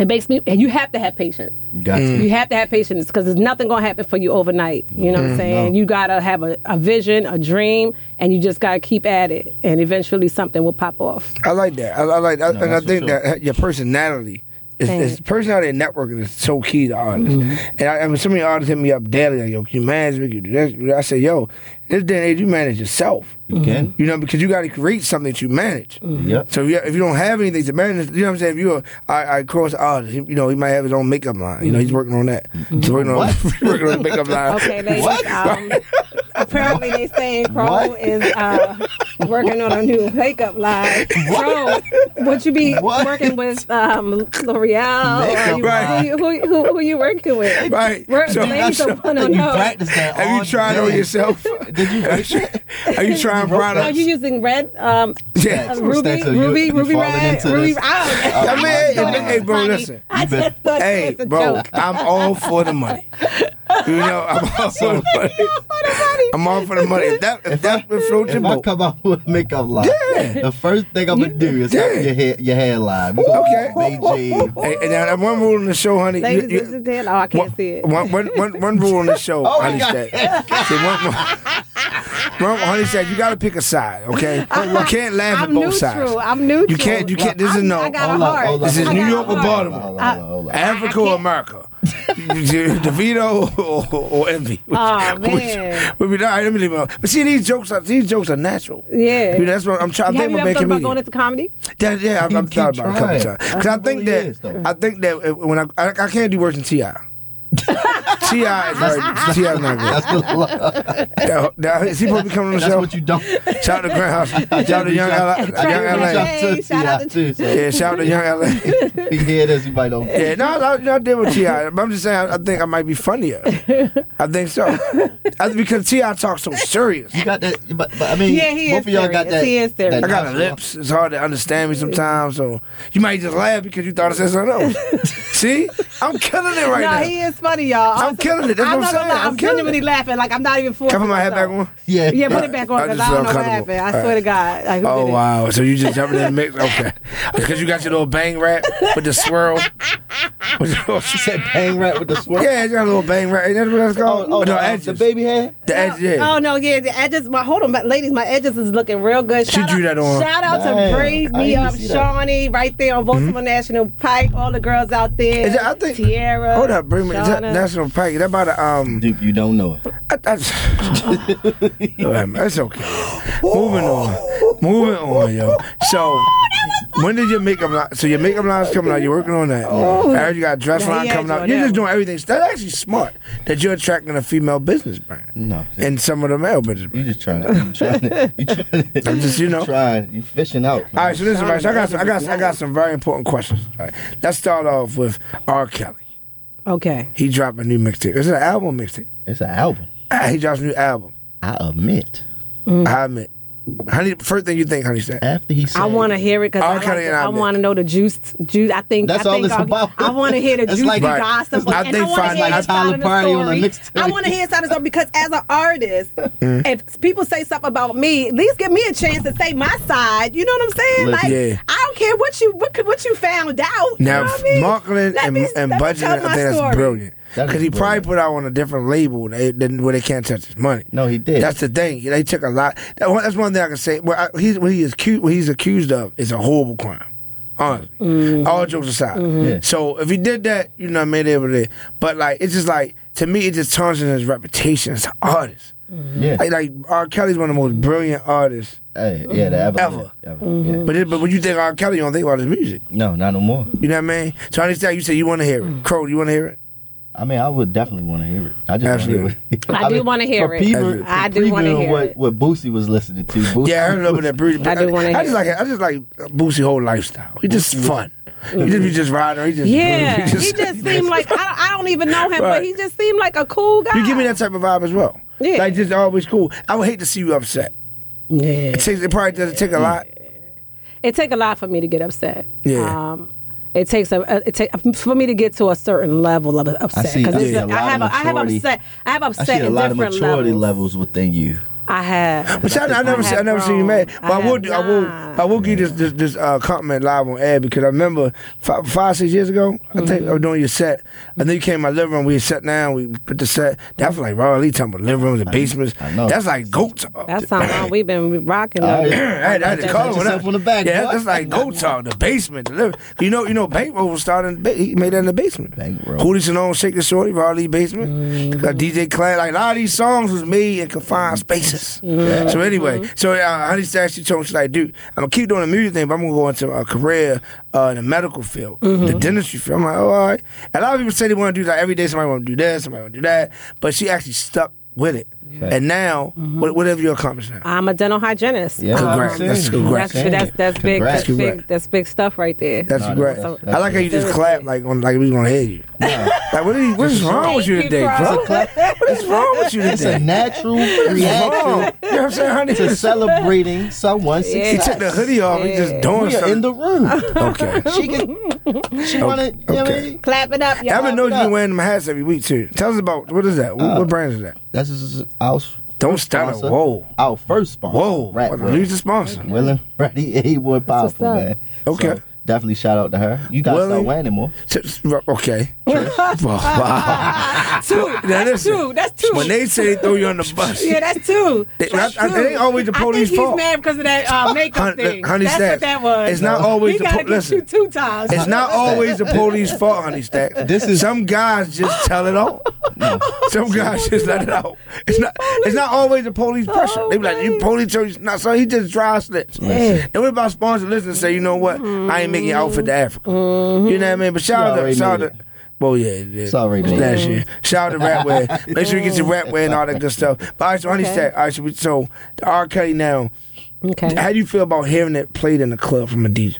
G: It makes me. And you have to have patience.
F: Got to.
G: You have to have patience because there's nothing gonna happen for you overnight. You know what I'm saying? You gotta have a, a vision, a dream, and you just gotta keep at it. And eventually something will pop off.
E: I like that. I, I like, I, and I
F: that's for
E: think
F: sure.
E: that your personality. Is,
G: Thanks.
E: is personality and networking is so key to artists.
G: Mm-hmm.
E: And I, I mean, so many artists hit me up daily, like, yo, can you manage me? Can you do this? Can you do that?" I say, yo, this day and age, you manage yourself.
F: You can.
E: You know, because you got to create something that you manage.
G: Mm-hmm.
F: Yep.
E: So if you, if you don't have anything to manage, you know what I'm saying? If you're I, I cross artist, he- you know, he might have his own makeup line. You know, he's working on that. *laughs* He's working on, working on the makeup line.
G: Mm-hmm. *laughs* Okay, ladies. Um, apparently, they saying Crow
F: What?
G: is uh, working on a new makeup line. Crow, would you be
F: What?
G: working with um, L'Oreal? Or you,
E: Makeup
G: who, you- who, who, who you working with?
E: Right.
G: We're,
E: So-
G: ladies
E: so-
G: don't want to
F: You
G: know.
F: practice that.
E: Have
F: all
E: you tried
F: day.
E: on yourself? *laughs*
F: Did you?
E: Are you trying
G: Are
E: products?
G: you using red? Um,
E: *laughs* Yeah.
G: uh, Ruby,
F: That's a- you-
G: Ruby,
F: you
G: Ruby
F: falling
G: red,
F: into
G: Ruby.
F: this.
G: I don't know.
E: I mean, hey,
F: Oh, my
E: hey, hey, bro,
G: Funny. *laughs*
E: listen.
G: I
F: You
G: just
F: bet-
G: thought
E: Hey,
G: it was a
E: bro,
G: joke.
E: I'm all for the money. You know, I'm
F: *laughs*
E: all for the money. I'm all for the money. If that if, that would float your
F: If I
E: boat,
F: come out with a makeup line, the first thing I'm gonna do is have your hair, your hair line. We gonna
E: Okay.
G: *laughs*
F: do BG.
E: hey, and now that one rule in the show, honey. you-
G: Ladies,
E: you-
G: this is it. Oh, I can't
E: one,
G: see it.
E: one- one- one- one rule in the show,
F: *laughs* Oh,
E: honey.
F: yeah.
E: Said, see, one, one- one- honey said, you got to pick a side, okay? You can't laugh
G: *laughs* I'm
E: at both
G: neutral.
E: sides.
G: I'm neutral.
E: You can't. You can't. This is
G: I'm-
E: no.
G: I got a
F: Hold up,
G: heart.
F: hold up,
E: This is
F: hold
E: New
F: up,
E: York or
F: hold up,
E: Baltimore?
F: hold up, hold up, hold up.
E: Africa or America? *laughs* DeVito or, or Envy?
G: Aw,
E: Which-
G: man.
E: which- which- all right, let me leave it alone. But see, these jokes are these jokes are natural.
G: Yeah.
E: You know, that's what I'm trying. I
G: Have
E: think
G: you
E: I'm
G: ever
E: a
G: thought about
E: comedian.
G: going into comedy?
E: That, yeah, I've,
F: You
E: I've
F: keep
E: thought about it a couple
F: trying.
E: times. Because I
F: It
E: think
F: really
E: that
F: is, though.
E: I think that if- when I I, I can't do worse than Ti. Ti
F: *laughs*
E: is very Ti is not good.
F: That's
G: *laughs*
F: what,
E: Now- now, Is he supposed to be coming on the
F: that's
E: show?
F: what
E: *laughs*
F: you don't.
E: Shout out to Grand House. Shout out to Young LA. Young
G: Right,
E: LA.
G: right. Hey, shout out to-
F: too. So
E: Yeah, shout out to Young LA.
F: *laughs* if you hear this, you might don't.
E: Yeah, no, I, no, I did with Ti. But I'm just saying, I, I think I might be funnier. I think so,
G: *laughs*
E: I, because Ti talks so serious.
F: You got that, but, but I mean,
G: Yeah, he
F: both
G: is
F: of y'all got
G: serious.
F: that.
G: He is serious.
E: I
F: that
E: got a
F: natural-
E: lips. It's hard to understand me sometimes. So you might just laugh because you thought I said something
G: *laughs*
E: else. See, I'm killing it right
G: no,
E: now.
G: he is funny, y'all.
E: I'm killing it. That's
G: I'm
E: what I'm
G: not
E: saying.
G: gonna lie,
E: I'm
G: I'm
E: killing
G: genuinely
E: it.
G: laughing. Like I'm not even forcing.
E: Can I put my hat back
G: myself.
E: on?
F: Yeah,
G: Yeah, put it back on
E: I
G: because
E: just
G: I, don't know
E: felt
G: what
E: comfortable.
G: happened. I
E: All
G: swear to God. Like, who
E: Oh
G: did it?
E: wow! So you just jumping in the mix?
G: *laughs*
E: Okay, because you got your little bang rap with the swirl.
F: She said, "Bang right with the
E: *laughs*
F: swirl."
E: yeah, you got a little bang rap. Ain't that what that's
F: Oh,
E: called?
F: oh,
E: no,
F: the, uh,
E: edges.
F: the baby hair.
E: The edges. Yeah.
G: Oh no, yeah, the edges. My hold on, my, ladies, my edges is looking real good.
E: She
G: Shout
E: drew
G: out,
E: that on.
G: Shout out to
F: Damn,
G: Bree,
F: I
G: me
F: didn't
G: up,
F: see that.
G: Shawnee, right there on Baltimore National Pike. All the girls out there.
E: Is that- I think.
G: Tierra.
E: Hold up, bring me. Is that
G: Shauna.
E: National Pike? Is That about a, um.
F: Duke, you don't know it.
E: I, I, that's *laughs* okay. Moving on. Moving on, yo. So, when did your makeup line? So your makeup line's coming out. You're working on that. I heard you got a dress
G: Oh. Yeah,
E: line
G: yeah,
E: coming out.
G: Jordan.
E: You're just doing everything. That's actually smart that you're attracting a female business brand.
F: No.
E: And some of the male business.
F: You just trying to, you trying to, you trying
E: *laughs*
F: to,
E: I'm just, you know.
F: trying, you fishing out.
E: All
F: man.
E: right, so listen, right. So I got, some, I got, I got some very important questions. All right, let's start off with R. Kelly.
G: Okay.
E: He dropped a new mixtape. It's an album mixtape.
F: It's an album.
E: Ah, He drops a new album.
G: Mm.
F: I admit.
E: I admit. Honey, first thing you think, honey, said.
F: After he said,
G: I want to hear it because
E: R.
G: I, like
E: Kelly
G: to-
E: and
G: I
E: I Nick.
G: want to know the juice. Juice. I think
F: That's
G: I
F: all
G: think
F: it's
G: I'll-
F: about.
G: I want to hear the
F: It's
G: juicy
F: like-
E: Right.
G: gossip.
E: I
G: and I
E: think
G: want to
E: Fine,
G: hear
E: like
G: his
F: Tyler
G: side of the
F: Perry on
G: story.
F: a mixtape.
H: I want to hear his side of the story because as an
E: *laughs*
H: artist, if people say something about me, at least give me a chance to say my side. You know what I'm saying?
F: Look,
H: Like
E: yeah.
H: I don't care what you what, what you found out.
E: Now,
H: you know what I mean?
E: Marklin
H: Let
E: and,
H: me-
E: and
H: let me
E: budgeting,
H: tell
E: I think
H: my
E: that's
H: story.
E: brilliant.
F: That is
E: Because he probably
F: brilliant.
E: put out on a different label they, than where they can't touch his money.
F: No, he did.
E: That's the thing. They took a lot. that one- that's one thing I can say. What, I, he's, what, he is, cu- what he's accused of is a horrible crime. Honestly,
H: Mm-hmm.
E: all jokes aside.
F: Yeah.
E: So if he did that, you know, what I mean, it would. But like, it's just like to me, it just turns in his reputation as an artist.
F: yeah,
E: Like, like R. Kelly's one of the most brilliant artists.
F: Hey, yeah, that ever,
E: Ever.
F: ever, yeah.
E: But it, but when you think R. Kelly, you don't think about his music.
F: no, not no more.
E: You know what I mean? So I understand you say you want to hear
H: Mm.
E: it. Crow, you want to hear it?
F: I mean, I would definitely want to hear it. I just
E: Absolutely.
F: want to hear it. *laughs*
G: I do
F: mean,
G: wanna hear
F: for
G: it.
F: people-
G: I
F: for
G: do wanna
F: previewing
G: hear
F: what,
G: it.
F: What Boosie was listening to. Boosie,
E: Yeah, I heard a little bit of Bruce.
G: I do wanna
E: I
G: hear Mm-hmm.
E: just like I just like Boosie whole lifestyle. He just fun. He just be just riding. He just *laughs*
G: Yeah,
E: he
G: he just seemed like I, don't- I don't even know him,
E: Right.
G: but he just seemed like a cool guy.
E: you give me that type of vibe as well.
G: Yeah.
E: like just always cool. I would hate to see you upset.
G: Yeah.
E: It, takes, it probably doesn't take
G: Mm.
E: a lot.
G: it take a lot for me to get upset.
E: Yeah.
G: Um, it takes a it take for me to get to a certain level of upset
F: see- I see
G: it's
F: a lot
G: I have
F: of
G: I have
F: maturity.
G: upset I have
F: I
G: upset
F: see a
G: in
F: lot of
G: different
F: maturity
G: levels.
F: levels. within you.
G: I have.
E: Which I, I never, see, I
G: have
E: never seen you
G: grown.
E: mad. But I, will,
G: have
E: do- I will,
G: not.
E: I will give this this, this uh, compliment live on air because I remember five, five six years ago, I think
G: Mm-hmm.
E: I was doing your set. I think you came in my living room. We sat down. We put the set. That was like Ron Lee talking about living rooms and basements.
F: I know.
E: That's like goat talk.
G: That's how
E: *laughs*
G: long we've been rocking.
F: All
G: it.
F: right.
E: I had, I had to
F: Pat
E: call him.
F: yourself on the back,
E: Yeah,
F: boy.
E: that's like go talk the basement. The living- you know, you know, bankroll was started. In the ba- he made that in the basement.
F: Bankroll. Mm-hmm.
E: Hootie Sanone, Shake It Shorty, Raleigh basement. Got DJ Clan. Like a lot of these songs was made in confined spaces.
F: Mm-hmm.
E: So anyway, so uh, Honey Stack she told me she's like, dude, I'm gonna keep doing the music thing, but I'm gonna go into a career uh, in the medical field,
F: Mm-hmm.
E: the dentistry field. I'm like, oh, all right. A lot of people say they want to do that every day. Somebody want to do this, somebody want to do that, but she actually stuck with it. And now,
F: Mm-hmm.
E: what, what have you accomplished now?
G: I'm a dental hygienist. Um,
F: Yeah,
E: Congrats.
F: I'm
E: That's
F: saying.
E: congrats.
F: I'm
G: That's, that's,
F: saying.
G: that's big.
F: Congrats.
G: That's big.
E: Congrats.
G: That's big stuff right there.
E: That's
F: No,
E: great.
F: that's- that's-
E: I like how you just clap like on like we gonna hear you. Like what is, what is wrong with you
G: Thank you,
E: today, bro? What is wrong with you
F: It's a
E: today?
F: natural
E: What's wrong?
F: reaction
E: You know what I'm saying, honey?
F: to celebrating someone's
G: Yeah.
E: He
F: success.
E: took the hoodie off. He just doing
F: We are in
E: something.
F: the
G: *laughs*
F: room.
E: *laughs* Okay.
F: *laughs* She can. She wanted. You know what I mean?
G: Clap it up, y'all.
E: Evan knows
F: up.
E: you wearing them hats every week too. Tell us about what is that? What, what brand is that?
F: That's just our.
E: Don't
F: first
E: stutter.
F: sponsor.
E: Whoa.
F: Our first sponsor.
E: Whoa!
F: Rat World.
E: Lose the sponsor.
F: Willing, ready, he boy powerful
G: what's up.
F: man.
E: Okay.
F: So, definitely shout out to her. You gotta
E: Willing.
F: start wearing it more.
E: So- so- Okay. *laughs* wow.
G: Two. *laughs* That's
E: listen.
G: two. That's two.
E: When they say they throw you on the bus,
G: yeah, that's two.
E: They-
G: That's
E: I- I- it
G: two.
E: ain't always the police
G: I think
E: fault.
G: he's mad because of that uh, makeup
E: Honey-
G: thing.
E: honey
G: that's
E: stats.
G: what that was.
E: It's not always
G: he
E: the
G: gotta
E: po-
G: get
E: listen.
G: you two times.
E: It's not always the police fault, honey stack.
F: *laughs* This is-
E: some guys just tell it all. Some guys just let it out. It's not. It's not always the police pressure. they be like, "You police tell you not." So he just dry slips. And what about sponsor listen and say, "You know what? I ain't making your outfit to Africa." You know what I mean? But shout out, to,
F: already
E: shout
F: made
E: out. to- Well, yeah, yeah.
F: It's already made.
E: last year. Shout out to
F: *laughs*
E: Ratware. Make sure you get your Ratware and all that good stuff. But all right, so honey stack. All right, so, we, so the R Kelly now. How
G: Okay.
E: do you feel about hearing it played in the club from a DJ?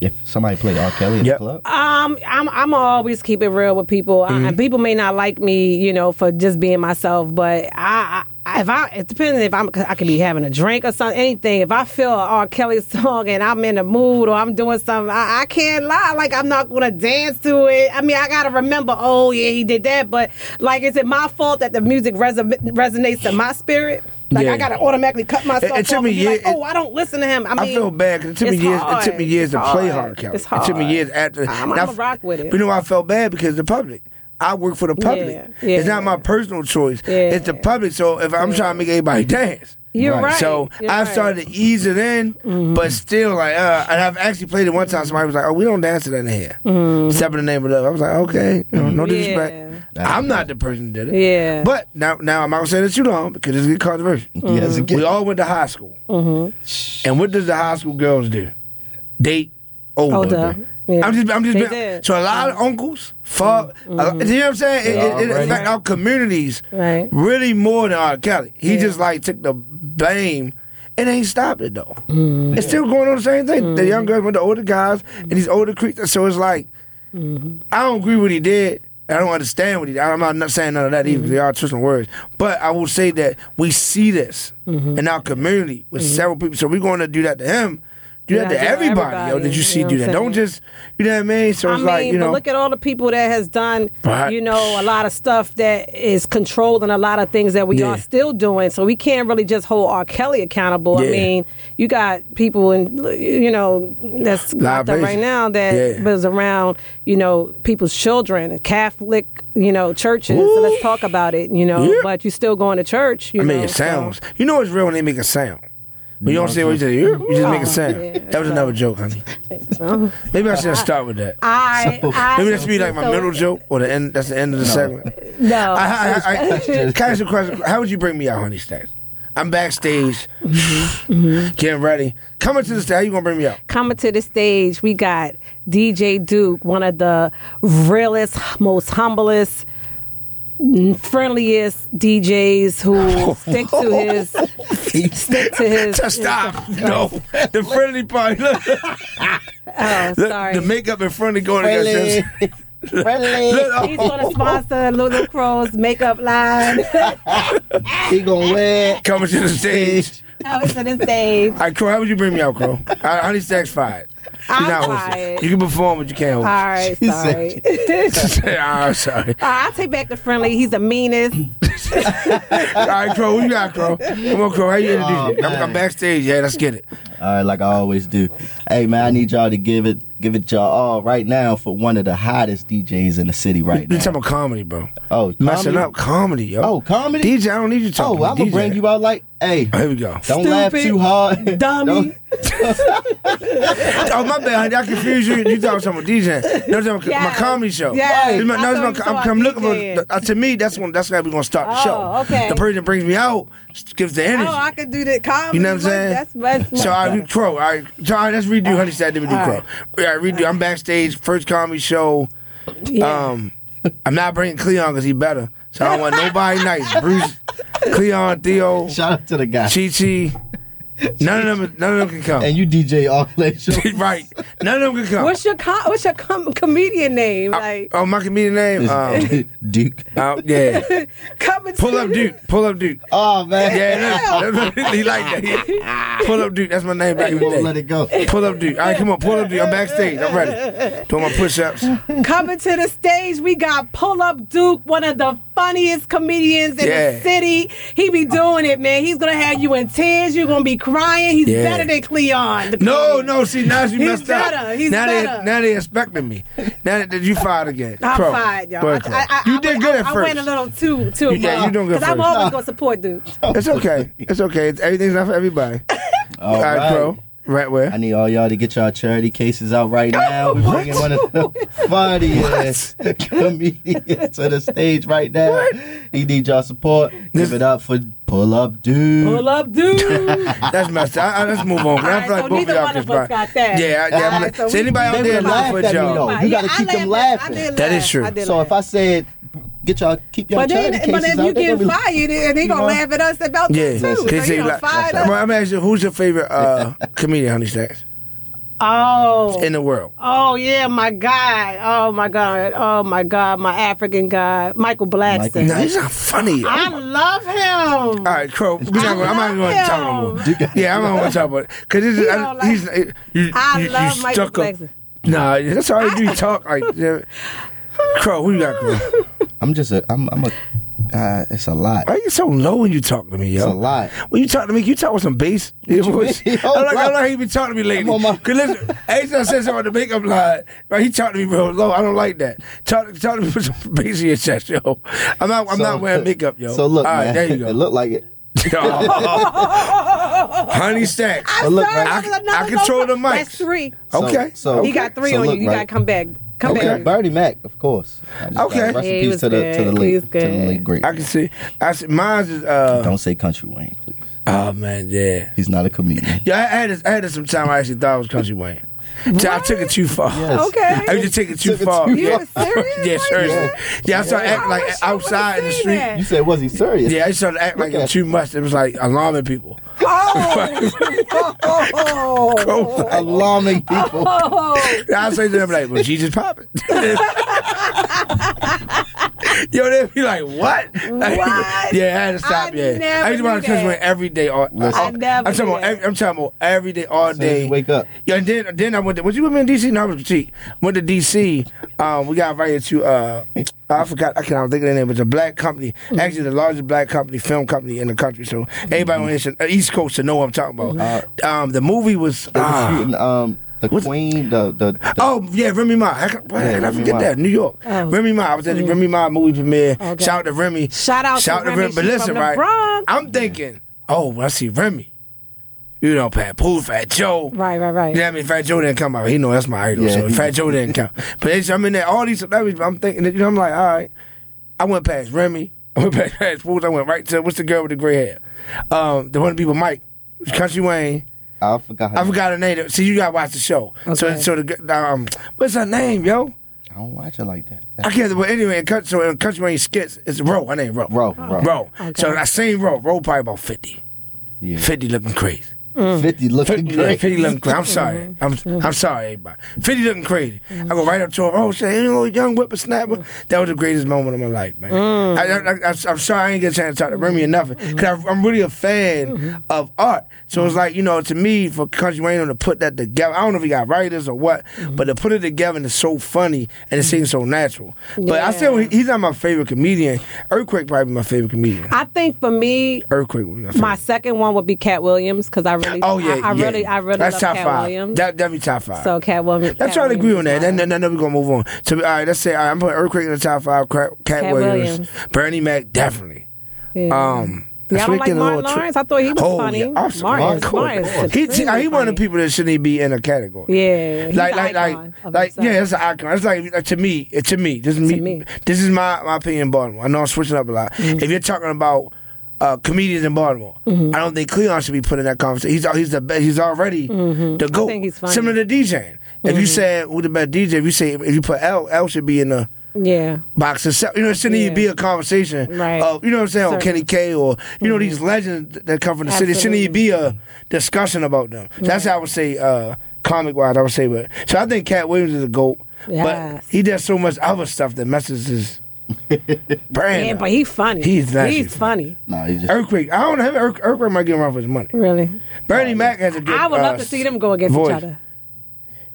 F: If somebody played R. Kelly in
E: Yep.
F: the club,
G: Um, I'm I'm always keep it real with people.
E: Mm-hmm.
G: Uh, and people may not like me, you know, for just being myself, but I. I if I, it depends if I'm, 'cause I could be having a drink or something, anything. If I feel an R. Kelly *laughs* song and I'm in the mood or I'm doing something, I, I can't lie. Like, I'm not going to dance to it. I mean, I got to remember, oh, yeah, he did that. But, like, is it my fault that the music reso- resonates to my spirit? Like,
E: Yeah.
G: I got to automatically cut myself
E: it took
G: off
E: me
G: and be
E: years-
G: like, oh, I don't listen to him. I mean,
E: I feel bad because it took me
G: it's
E: years. It took
G: hard.
E: me years to
G: It's
E: play
G: hard.
E: hard Kelly.
G: It's
E: It took me
G: hard.
E: years after.
G: I'm-
E: and I
G: I'ma
E: f-
G: rock with it.
E: You know, I felt bad because the public. I work for the public.
G: Yeah,
E: It's not
G: yeah.
E: my personal choice.
G: Yeah.
E: It's the public. So if I'm trying to make everybody dance.
G: You're
F: Right.
G: right.
E: So
G: You're
E: I
G: right. Mm-hmm.
E: started to ease it in, but still, like, uh, and I've actually played it one time. Somebody was like, "Oh, we don't dance to that in here."
G: Mm-hmm.
E: Step in the name of love. I was like, "Okay, you know, no disrespect.
F: Yeah.
E: I'm not the person that did it."
G: Yeah.
E: But now, now I'm not gonna say that too long because it's get controversial.
G: Mm-hmm.
F: yes, again.
E: We all went to high school. And what does the high school girls do? oh, Date older.
G: Older, yeah.
E: I'm just, I'm just.
G: They
E: being,
G: did. Mm. Mm-hmm.
E: so a lot of uncles, fuck. a lot- you know what I'm saying? It-
F: Yeah,
E: It, it,
F: already.
E: affect our communities
G: Right.
E: really more than R. Kelly. He just like took the blame. and ain't stopped it though.
G: Mm.
E: It's still going on the same thing. The
G: Mm-hmm.
E: young girls went to older guys and these older creatures. So it's like, I don't agree with what he did, I don't understand what he. I'm not- not saying none of that either.
G: Mm-hmm.
E: They are twisting words, but I will say that we see this
G: Mm-hmm.
E: in our community with several people. So we're going to do that to him. Do that
G: Yeah,
E: to
G: do
E: everybody, yo.
G: everybody,
E: Did you
G: you
E: see
G: know
E: do
G: what
E: that?
G: I'm
E: Don't
G: saying?
E: just you know what I mean. So
G: I
E: it's
G: mean,
E: like you
G: but
E: know,
G: look at all the people that has done,
E: Right.
G: you know, a lot of stuff that is controlled and a lot of things that we
E: Yeah.
G: are still doing. So we can't really just hold R. Kelly accountable.
E: Yeah.
G: I mean, you got people in, you know, that's out there
E: Libations.
G: right now that
E: Yeah.
G: was around, you know, people's children, Catholic, you know, churches. So let's talk about it, you know.
E: Yeah.
G: But you still going to church. You
E: I mean,
G: know,
E: it
G: so-
E: sounds. You know it's real when they make a sound. But you don't say what you say. You you just make a sound.
G: Oh, yeah.
E: That was another joke, honey. Maybe I should start with that.
G: *laughs* I, I
E: Maybe that should be like my
G: so-
E: middle joke or the end. That's the end of the segment.
G: No,
E: I, I, I,
G: *laughs*
E: I, can I ask you a question? How would you bring me out, honey? Stacks? I'm backstage, getting ready. Coming to the stage, how you gonna bring me out?
G: coming to the stage, we got DJ Duke, one of the realest, most humblest, friendliest DJs
E: *laughs*
G: who stick to his stick to his.
E: Just stop. No, the friendly part. *laughs* Look,
G: Oh,
E: look,
G: sorry.
E: the makeup and friendly going against oh. us.
F: *laughs* Friendly.
G: He's gonna sponsor Lulu Crow's makeup
E: *laughs*
G: line. *laughs*
F: He gonna wear.
E: Coming to the stage.
G: Coming to the stage.
E: All right, Crow, how would you bring me out, Crow? I, honey Stacks fired.
G: I'm
E: You're not hosting.
G: fired.
E: You can perform, but you can't
G: All
E: *laughs* host.
G: right, sorry. *laughs*
E: I'm sorry.
G: I take back the friendly. He's
E: *clears throat*
G: the meanest.
E: All right, Crow, what you got, Crow? Come on, Crow, how you introduce
F: Oh,
E: it? I'm,
F: man.
E: I'm backstage. Yeah, let's get it.
F: All right, like I always do. Hey man, I need y'all to give it, give it y'all all right now for one of the hottest DJs in the city right
E: You
F: now.
E: talking about comedy, bro?
F: Oh,
E: messing
F: comedy?
E: up comedy, yo.
F: Oh, comedy?
E: DJ, I don't need you talking.
F: Oh, I'm gonna
E: DJ.
F: bring you out like, hey,
E: Oh, here we go.
F: don't laugh
G: Stupid
F: too hard, *laughs*
G: dummy.
E: *laughs* oh, my bad, honey. I confused you. You thought I was talking about DJ. No, I'm talking about my
G: Yes.
E: comedy show.
G: Yes.
E: This is my, no,
G: I
E: this is
G: thought
E: my,
G: you
E: I'm,
G: saw
E: I'm looking
G: DJ.
E: for. Uh, to me, that's when that's how we're gonna start the
G: Oh,
E: show.
G: okay.
E: The person that brings me out gives the energy.
H: Oh, I could do that comedy.
E: You know what I'm saying?
H: That's best.
E: So I do crow. All right, so, all right let's redo Honey Sad. Then we do crow. All right, redo. I'm backstage, first comedy show. Um, I'm not bringing Cleon because he better. So I don't want nobody nice. Bruce,
F: *laughs*
E: Cleon, Theo,
F: Shout out to the guy.
E: Chi Chi. None of them. None of them can
F: and
E: come.
F: you DJ all that show.
E: *laughs* right. None of them can come.
G: What's your com- what's your com- comedian name? Like
E: oh, my comedian name. Um,
F: *laughs* Duke.
E: uh, yeah.
G: coming to
E: Pull up, Duke. Pull up, Duke.
F: Oh man,
E: Yeah, no, no, no, he like that. Pull up, Duke. That's my name back in
F: you
E: the
F: won't let
E: day.
F: it go.
E: Pull up, Duke. All right, come on. Pull up, Duke. I'm backstage. I'm ready. Doing my push-ups.
G: Coming to the stage, we got Pull Up Duke, one of the funniest comedians in
E: Yeah.
G: the city. He be doing it, man. He's gonna have you in tears. You're gonna be crying. He's
E: Yeah.
G: better than Cleon. the
E: No,
G: comedian.
E: no. See, now she
G: He's
E: messed
G: better,
E: up.
G: he's
E: now
G: better.
E: they now they expecting me. Now that you fired again.
G: I'm
E: Crow.
G: fired, y'all.
E: Go
G: I,
E: ahead, Crow.
G: I, I,
E: you
G: I
E: did
G: went-
E: good
G: I,
E: at
G: I
E: first.
G: went a little too too
E: Yeah,
G: far
E: you doing good
G: because I'm
E: first.
G: always gonna
E: *laughs*
G: support Duke.
E: it's okay. It's okay. It's, everything's not for everybody.
F: All
E: All right,
F: right.
E: Crow. Right where?
F: I need all y'all to get y'all charity cases out right now. We're bringing one of the funniest comedians to the stage right now. He need y'all support. Give it up for Pull Up Dude.
G: Pull
E: *laughs*
G: Up Duke.
E: That's messed up. I, I, let's move on. 'cause I feel
G: All
E: like
G: right, so
E: both of
G: neither
E: y'all
G: one
E: can
G: of us
E: spot-
G: got
E: Yeah,
G: that.
E: I- yeah.
F: All
E: I'm
F: right,
E: so
F: so we-
E: anybody out
F: they
E: there
F: would
E: looking
F: laugh
E: for
F: at me, though.
E: y'all?
F: You gotta keep them laughing.
E: That is true.
F: So if I said, get y'all, keep y'all
H: But
F: charity
H: then,
F: cases
H: but if
F: out.
H: you
F: they
H: get
F: gonna be-
H: fired, and they gonna
F: know?
H: laugh at us about
E: Yeah,
H: this too.
E: They
H: So
E: say
H: you
E: like-
H: done
E: *laughs*
H: fired
E: I'm
H: us.
E: gonna ask you, who's your favorite uh, comedian, Honey Stacks,
G: Oh,
E: in the world?
G: oh yeah, my God. Oh my God. Oh my God. My African God, Michael Blackson.
E: No, he's not funny.
G: I love him.
E: All right, Crow. We're not gonna, I'm not going to talk no more.
F: Duke-
E: Yeah, I'm not going to talk about it because
G: He
E: I,
G: don't like-
E: he's it- you,
G: I
E: you, you
G: love Michael
E: stuck up.
G: Jackson.
E: Nah, that's all you
G: *laughs*
E: do. You talk like yeah. Crow. Who you got, Crow?
F: I'm just a, I'm, I'm a, uh, it's a lot.
E: Why you so low when you talk to me, yo?
F: It's a lot.
E: When you talk to me, you talk with some
F: *laughs*
E: bass. Your voice. I
F: mean?
E: like, I
F: Oh,
E: like how you been talking to me lately.
F: I'm on my-
E: Cause listen, anytime I said something on the makeup line, right, he talked to me real low. I don't like that. Talk, talk to me with some bass in your chest, yo. I'm not, I'm
F: So-
E: not wearing makeup, yo.
F: So look,
E: all right,
F: man,
E: there you go.
F: *laughs* it looked like it.
E: *laughs* Honey Stacks.
F: It looked
G: Sorry,
F: like
E: I-
G: that was another
E: I control
G: local-
E: the mics.
G: That's three.
F: So-
E: Okay.
F: so-
G: You got three
F: so
G: on
F: look,
G: you. You
F: right.
G: gotta come back. Come
F: Okay,
G: back.
F: Bernie Mac, of course. I just
E: Okay.
F: gotta Rest
G: Yeah,
F: in
G: he
F: peace
G: was
F: to the to the
G: good. He
F: late,
G: was
F: to the
G: good.
F: late great.
E: I can see. I see. Mine's is. Uh,
F: Don't say Country Wayne, please.
E: oh man, yeah.
F: He's not a comedian.
E: Yeah, I had this. I had this some time. I actually thought it was Country Wayne. So I took it too far.
F: Yes.
G: *laughs* Okay.
E: I just took it too
F: Took it
E: far.
F: too
E: yeah.
H: You was
E: *laughs*
H: serious?
E: yeah,
H: like
G: *laughs*
E: seriously.
H: that?
E: Yeah, I started acting
H: I
E: like
H: wish I would've
E: outside in the
H: seen
E: street.
H: that.
F: You said, was he serious?
E: Yeah, I started acting like
F: Look
E: it
F: at-
E: too much. It was like alarming people. *laughs*
H: Oh,
F: *laughs* Alarming people.
G: Oh,
E: *laughs* I say to them like, "Well, Jesus popping." *laughs* Yo, they be like, what? Like,
H: What?
E: yeah, I had to stop.
H: I
E: yeah,
H: never
E: I used to want to
H: knew
E: touch
H: that.
E: one every day. All,
F: Listen.
E: all-
F: I
H: never
E: I'm talking about.
H: knew.
E: Every, I'm talking about every day, all
F: soon as
E: day.
F: you wake up.
E: Yeah, and then then I went. To, was you with me in DC? No, I was with Cheek. Went to DC. Um, we got invited to. Uh, I forgot. I can't think of the name. It's a black company.
H: Mm-hmm.
E: Actually, the largest black company, film company in the country. So
H: Mm-hmm.
E: everybody on the East Coast to know what I'm talking about. um, the movie was.
F: Mm-hmm. Uh, They were
E: ah,
F: shooting, um, the
E: What's-
F: Queen, the the, the
E: Oh yeah, Remy Ma. How can- why
F: Yeah,
E: did I
F: Remy
E: forget
F: Ma.
E: that? New York. Remy Ma. I was at the Remy Ma movie premiere.
G: Oh. Okay.
E: Shout out to Remy.
G: Shout out to Remy.
E: But
G: She
E: listen,
G: from the
E: right?
G: Bronx.
E: I'm thinking, oh, when I see Remy. You know, Pat Pooh, Fat Joe.
G: Right, right, right.
E: You know what I mean? Fat Joe didn't come out. He know that's my idol.
F: Yeah.
E: So Fat Joe didn't count. But it's, I mean, that- all these celebrities, I'm thinking, that, you know, I'm like, all right. I went past Remy. *laughs* I went past Fat Pooh. I went right to, what's the girl with the gray hair? Um, the one to be with Mike. Country Wayne.
F: I forgot. Her
E: I forgot her name. See, you gotta watch the show. So,
G: Okay.
E: so the g- um, what's her name, yo?
F: I don't watch it like that.
E: I can't. But anyway, in cut- so in country when skits, it's Ro. Her name Ro.
F: Ro,
G: Oh.
F: Ro.
E: Ro. So I seen Ro. Ro probably about fifty.
F: Yeah.
E: Fifty looking crazy.
G: Mm.
F: Fifty looking
E: Yeah,
F: great.
E: 50 looking crazy. I'm sorry.
G: Mm-hmm.
E: I'm I'm sorry, everybody. 50 looking crazy. I go right up to her. Oh, shit, you know, young whippersnapper.
G: Mm.
E: That was the greatest moment of my life, man. I, I, I, am sorry I ain't get a chance to talk to Remy or nothing. Because
G: Mm-hmm.
E: I'm really a fan of art. So it's like, you know, to me, for Country Wayne to put that together, I don't know if he got writers or what,
G: Mm-hmm.
E: but to put it together and it's so funny and it seems so natural. But I still,
G: Yeah.
E: he's not my favorite comedian. Earthquake probably my favorite comedian.
G: I think for me,
E: Earthquake would be my favorite.
G: my second one would be Cat Williams because I really,
E: Oh yeah,
G: I, I
E: yeah.
G: really, I really
E: That's
G: love
E: top
G: Cat
E: five.
G: Williams.
E: That that be top five.
G: so Cat Williams.
E: Let's
G: Cat
E: try to agree on
G: Williams
E: that.
G: is
E: Then,
G: my-
E: then, then we're gonna move on. So, all right, let's say all right, I'm putting Earthquake in the top five. Cat, Cat,
G: Cat
E: Williams,
G: Williams.
E: Bernie Mac, definitely.
G: yeah.
E: Um,
G: Yeah, I
E: that's where
G: don't
E: it
G: like
E: get a
G: Martin
E: little tri-
G: Lawrence. I thought he was
E: oh,
G: funny.
E: Yeah. I'm sorry.
G: Martin's-
E: Of course.
G: Martin's
E: He, he,
G: extremely
E: one of
G: funny.
E: the people that shouldn't even be in a category.
G: Yeah, he's
E: like
G: an
E: like
G: icon
E: like
G: of
E: like
G: himself.
E: yeah, it's an icon. It's like uh, to me, uh, to me, this is me,
G: me. Mm-hmm.
E: This is my my opinion. in Baltimore. I know I'm switching up a lot. If you're talking about. Uh, comedians in Baltimore. I don't think Cleon should be put in that conversation. He's he's the best. He's already the goat.
G: Mm-hmm. think he's funny. Mm-hmm.
E: Similar to DJing. If you said who the best DJ, if you say if you put L, L should be in the
G: yeah.
E: box itself. You know, it shouldn't even be a conversation.
G: Right.
E: Of, you know what I'm saying? Or
G: Certain-
E: Kenny
G: Mm-hmm.
E: K or, you know, these legends that come from the city. It shouldn't even be a discussion about them. So That's how I would say, uh, comic wise, I would say. But So I think Cat Williams is a GOAT.
G: Yes.
E: But he does so much other stuff that messes
G: *laughs*
E: his brand.
G: Yeah,
E: up.
G: but he's funny.
E: uh, He's not
G: He's
E: too
G: funny.
F: No, he just
E: Earthquake. I don't have Earth- Earthquake might get around for his money.
G: Really.
E: Bernie Mac has a good
G: I would love
E: uh,
G: to see them go against
E: voice.
G: each other.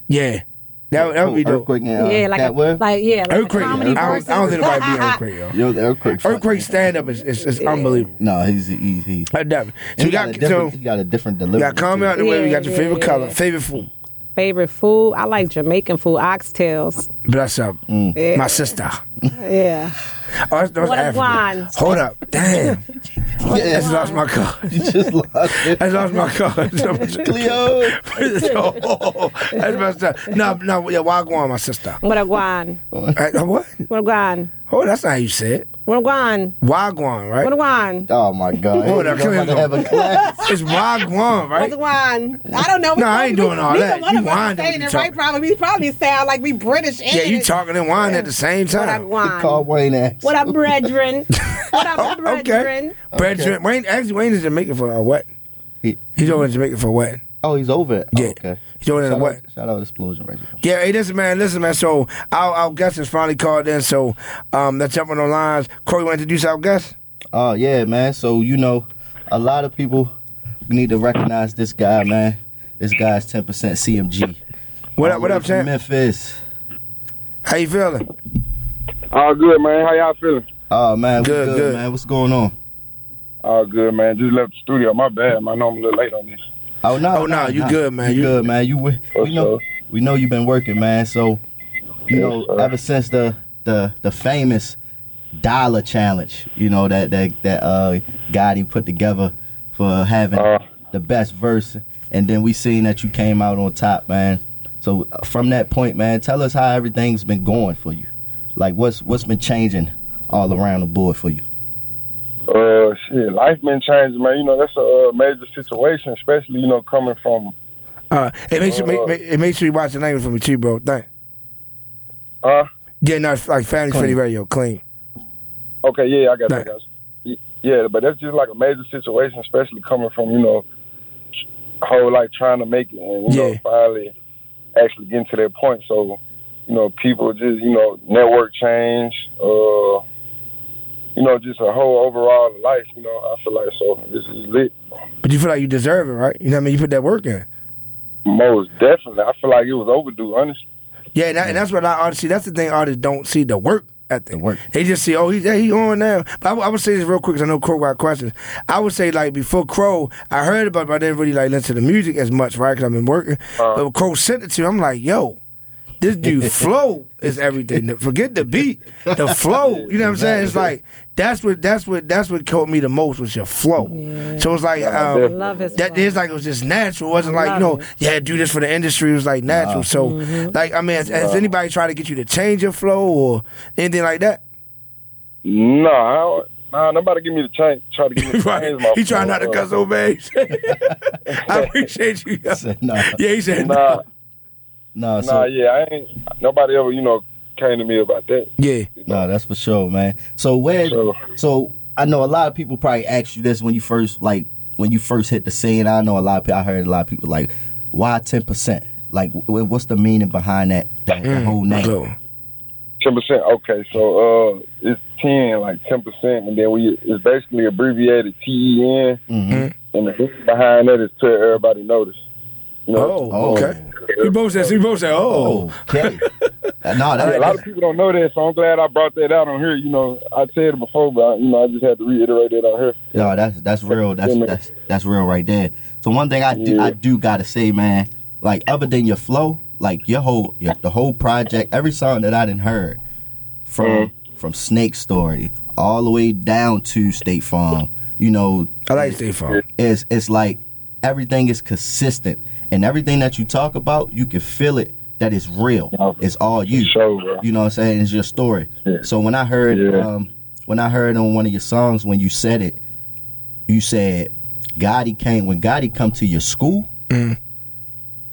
E: Yeah. That, would- that would be dope.
F: earthquake and uh,
G: yeah, like a,
F: Cat Williams?
G: like yeah, like
E: Earthquake.
G: A
E: I
G: comedy
E: don't, I don't think
G: versus-
E: nobody beat Earthquake, yo.
F: Yo, the earthquake. fuck-
E: Earthquake stand up is, is, is unbelievable.
F: No, he's he, he,
E: I doubt it. So
F: he
E: we
F: got,
E: got,
F: a
E: so
F: different, he got a different delivery.
E: we got comment out
F: too.
E: the way. We got your
G: Yeah,
E: favorite
G: yeah,
E: color,
G: yeah.
E: favorite food.
G: *laughs* Favorite food? I like Jamaican food, oxtails.
E: Bless up,
F: Mm.
G: Yeah.
E: my sister.
G: Yeah.
E: Oh, that's, that's
G: What a
E: African.
G: wine.
E: Hold up,
G: *laughs*
E: damn! I
F: *laughs* Yeah, *laughs*
E: just lost my card.
F: he just lost it.
E: I lost my
G: *laughs*
E: card.
F: Cleo.
E: oh, *laughs* that's messed up. No, no, yeah, Wagwan, my sister.
G: What a guan.
E: Uh, what?
G: What a guan.
E: Oh, that's not how you say it.
G: What a guan.
E: Wagwan,
G: What a
E: right?
G: guan.
F: Oh my
E: *laughs*
F: God!
E: Hold up,
F: He's about
E: Cleo.
F: to have a class.
E: It's Wagwan,
H: What
E: right?
H: the wine? I don't know.
E: No, I ain't doing all
H: Neither
E: that.
H: One
E: You
H: of us
E: wine
H: saying
E: don't
H: it
E: be
H: right. Probably we probably sound like we British.
E: Yeah, you talking and wine at the same
G: What a
E: time.
F: Call
G: guan.
F: Wayne ass.
G: What
E: *laughs*
G: up, brethren? what up,
E: Okay.
G: brethren?
E: Brad Dre- Wayne, actually, Wayne is Jamaican for a what?
F: He-
E: He's over in Jamaica for what?
F: Oh, he's over it.
E: Yeah.
F: Oh, okay.
E: He's over it
F: Shout
E: what?
F: Out, shout out explosion right there.
E: Yeah, hey, listen, man, listen, man. So our, our guest is finally called in. So um, let's jump on the lines. Corey, want to introduce our guest?
F: Oh yeah, man. So you know, a lot of people need to recognize this guy, man. This guy's ten percent CMG.
E: What up? What up,
F: From
E: champ?
F: Memphis.
E: How you feeling?
I: All good, man. How y'all feeling?
F: Oh man, we
E: Good,
F: good,
E: good.
F: man. What's going on?
I: All good, man. Just left the studio. My bad, man. I know I'm a little late on this.
F: Oh no,
E: Oh, no, you good, man.
F: You,
E: You-
F: good, man. You we,
I: What's
F: we know
I: up?
F: we know you've been working, man. So you know,
I: Yes, sir.
F: ever since the the the famous dollar challenge, you know that that that uh guy he put together for having
I: Uh.
F: the best verse, and then we seen that you came out on top, man. So uh, from that point, man, tell us how everything's been going for you. Like what's what's been changing all around the board for you? *laughs*
I: Uh, shit, life been changing, man. You know that's a uh, major situation, especially you know coming from.
E: Uh, it makes you make, make, it makes you watch the language from me too, bro. Thank.
I: Uh,
E: Yeah, no, it's like family friendly radio, clean.
I: okay, yeah, I got
E: Right.
I: that, guys. Y- Yeah, but that's just like a major situation, especially coming from you know, whole like trying to make it and you
E: Yeah.
I: know finally actually getting to that point. So, you know, people just you know network change. Uh, you know, just a whole overall life. You know, I feel like so this is lit.
E: But you feel like you deserve it, right? You know what I mean? You put that work in.
I: Most definitely, I feel like it was overdue. Honestly,
E: Yeah, and, that, and that's what I honestly. That's the thing artists don't see the work at the
F: work.
E: They just see, oh, he, yeah, he on now. But I, would- I would say this real quick because I know Crow got questions. I would say like before Crow, I heard about, it, but I didn't really like listen to the music as much, right? Because I've been working. but when Crow sent it to, me, I'm like, yo. This dude flow is *laughs* everything. Forget the beat, the flow. You know what I'm saying? It's like that's what that's what that's what caught me the most was your flow. So it's like um,
G: Love his
E: that
G: flow.
E: is like it was just natural. It wasn't like you know,
G: Love it. Mm-hmm.
E: yeah, do this for the industry. It was like natural. So, like, I mean, has, has anybody tried to get you to change your flow or anything like that? *laughs*
I: nah, I don't- nah, nobody give me the chance. Try to give me
E: *laughs*
I: the change. my
E: he trying not to
I: friend,
E: cuss
I: bro.
E: so bad. *laughs* I *laughs* appreciate you.
F: Said nah.
E: Yeah, he said
I: Nah,
E: *laughs*
F: Nah, so,
I: nah, yeah, I ain't. Nobody ever, you know, came to me about that.
E: Yeah,
F: No, that's for sure, man. So where?
I: Sure.
F: So I know a lot of people probably asked you this when you first like when you first hit the scene. I know a lot of people. I heard a lot of people like, why ten percent? Like, wh- wh- what's the meaning behind that? That
I: Mm.
F: whole name.
E: So,
I: Ten percent. Okay, so uh, it's ten, like ten percent, and then we it's basically abbreviated T E N,
E: Mm-hmm.
I: and the history behind that is to everybody notice. You know,
E: oh, okay. We both said. We both said. Oh,
F: okay. no,
I: Yeah,
F: that,
I: a lot of people don't know that, so I'm glad I brought that out on here. You know, I said it before, but you know, I just had to reiterate it on here.
F: No, that's that's real. That's
I: Yeah, man.
F: that's that's real right there. So one thing I do, I do gotta say, man, like other than your flow, like your whole your, the whole project, every song that I didn't heard from from Snake Story all the way down to State Farm, you know,
E: I like State Farm.
F: is it's like everything is consistent and everything that you talk about, you can feel it that it's real. It's all you.
I: Sure, bro.
F: You know what I'm saying? It's your story. So when I heard
I: Yeah.
F: um, when I heard on one of your songs when you said it, you said Gotti came when Gotti come to your school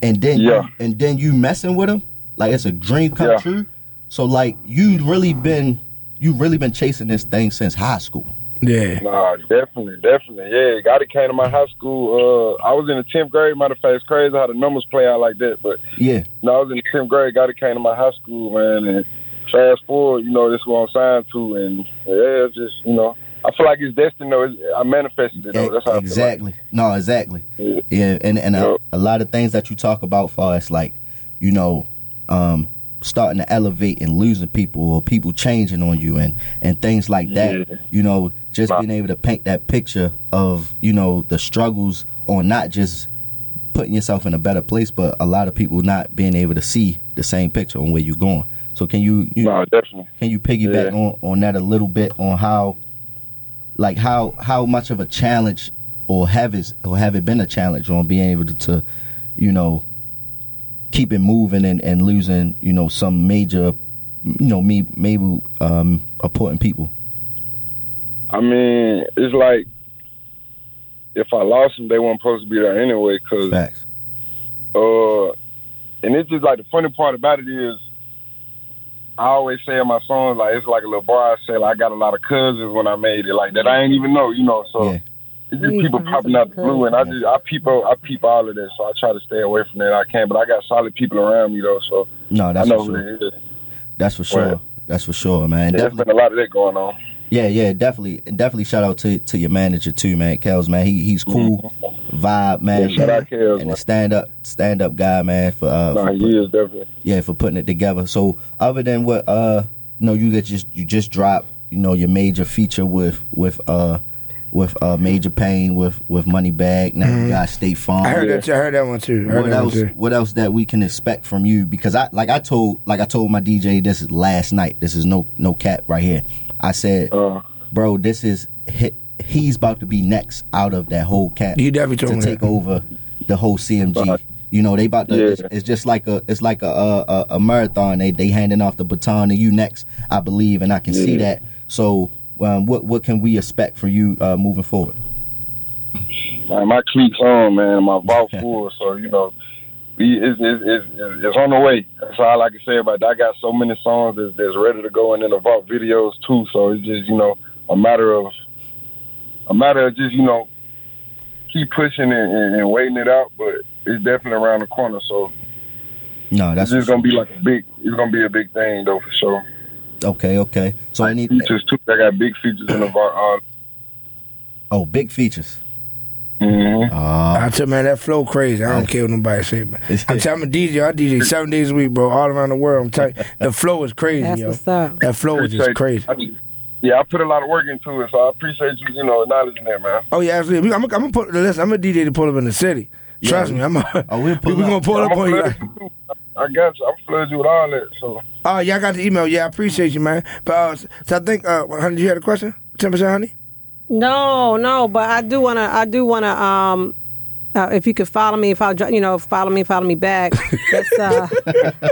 F: and then
I: Yeah.
F: and then you messing with him, like it's a dream come
I: Yeah.
F: true. So like you really been you really been chasing this thing since high school.
E: Yeah.
I: Nah, definitely, definitely. Yeah, got it came to my high school. Uh, I was in the tenth grade. Matter of fact, it's crazy how the numbers play out like that. But
F: Yeah.
I: no, I was in the tenth grade. Got it came to my high school, man. And fast forward, you know, this is what I'm signed to, and yeah, it's just you know, I feel like it's destined. Though it's, I manifested it. Though. That's how I feel like.
F: E- exactly. No, exactly. Yeah, and and a,
I: Yeah.
F: a lot of things that you talk about, far as like, you know, um, starting to elevate and losing people or people changing on you and and things like that. You know, just being able to paint that picture of you know the struggles on not just putting yourself in a better place, but a lot of people not being able to see the same picture on where you're going. So can you, you
I: No, definitely.
F: can you piggyback
I: Yeah.
F: on, on that a little bit on how, like how how much of a challenge or have it or have it been a challenge on being able to, to you know, keep it moving and, and losing you know some major, you know me maybe um, important people.
I: I mean, it's like if I lost them, they weren't supposed to be there anyway. Cause
F: Facts.
I: uh, and it's just like the funny part about it is, I always say in my songs like it's like a little bar. I say like I got a lot of cousins when I made it like that. I ain't even know, you know. So
F: Yeah.
I: it's just people popping out the blue, and I just I peep out- I peep all of that. So I try to stay away from that. I can, but I got solid people around me though, so
F: No, that's
I: I know
F: for
I: who
F: sure.
I: it is.
F: That's for sure.
I: Right.
F: That's for sure, man.
I: There's
F: Definitely.
I: been a lot of that going on.
F: Yeah, yeah, definitely, definitely. Shout out to to your manager too, man. Kels, man, he he's cool, vibe, man,
I: Mm-hmm. Yeah, shout out Kels,
F: and a
I: man.
F: stand up stand up guy, man. For uh,
I: No,
F: for
I: he is definitely.
F: yeah, for putting it together. So other than what uh you know, you that just you just dropped, you know, your major feature with with uh with uh major pain with with money bag, now you got state farm.
E: I heard that. Too. I heard that one too. I heard
F: What
E: that
F: else?
E: one too.
F: What else that we can expect from you? Because I, like I told, like I told my DJ, this is last night. This is no, no cap right here. I said,
I: Uh.
F: bro, this is he, he's about to be next out of that whole cap.
E: You definitely told
F: to
E: me
F: take
E: that.
F: over the whole CMG. you know, they about to.
I: Yeah.
F: It's, it's just like a, it's like a, a, a, a marathon. They they handing off the baton to you next, I believe, and I can see that. So, um, what what can we expect from you uh, moving forward?
I: Man, my cleats on, man. My vault full, so you know, we, it's, it's, it's, it's on the way. That's all I can say about that. I got so many songs that's, that's ready to go, and then the vault videos too. So it's just you know a matter of a matter of just you know keep pushing and, and, and waiting it out. But it's definitely around the corner, so
F: No, that's
I: it's just gonna be like a big. It's gonna be a big thing though for sure.
F: Okay, okay. So I need
I: Features too. I got big features in the vault.
F: oh big features.
I: Uh, mm-hmm.
E: I tell man that flow crazy. I don't care what nobody say. Man. I tell I'm a DJ. I DJ seven days a week, bro, all around the world. I'm telling you, the flow is crazy,
G: That's
E: yo.
G: what's up.
E: That flow is just crazy.
I: I just- yeah, I put a lot of work into it, so I appreciate you, you know, acknowledging that, man.
E: Oh yeah, absolutely. I'm, I'm gonna put. Listen, I'm a DJ to pull up in the city. Trust me, I'm. A,
F: Oh, we'll
E: *laughs*
F: pull
E: we
F: up.
E: gonna pull up
I: I'm
E: on you.
I: flooded you. I got you. I'm flooded you with all that. So
E: Oh, yeah, I got the email. Yeah, I appreciate you, man. But uh, so I think, uh, honey, you had a question? Ten percent, honey.
G: No, no, but I do wanna. I do wanna. Um, uh, if you could follow me, if I, dr- you know, follow me, follow me back. Let's uh,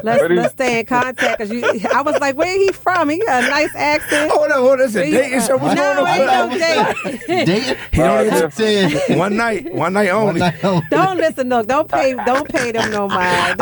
G: let's, let's stay in contact. Cause you, I was like, where he from? He got a nice accent.
E: Oh, Hold on, hold on. It's a
G: Where you-
E: dating show. What's
G: no,
E: going on?
G: ain't no date.
F: Dating?
E: He don't even-
F: That's it.
E: One night, one night only.
G: Don't listen, look. Don't pay. Don't pay them no mind.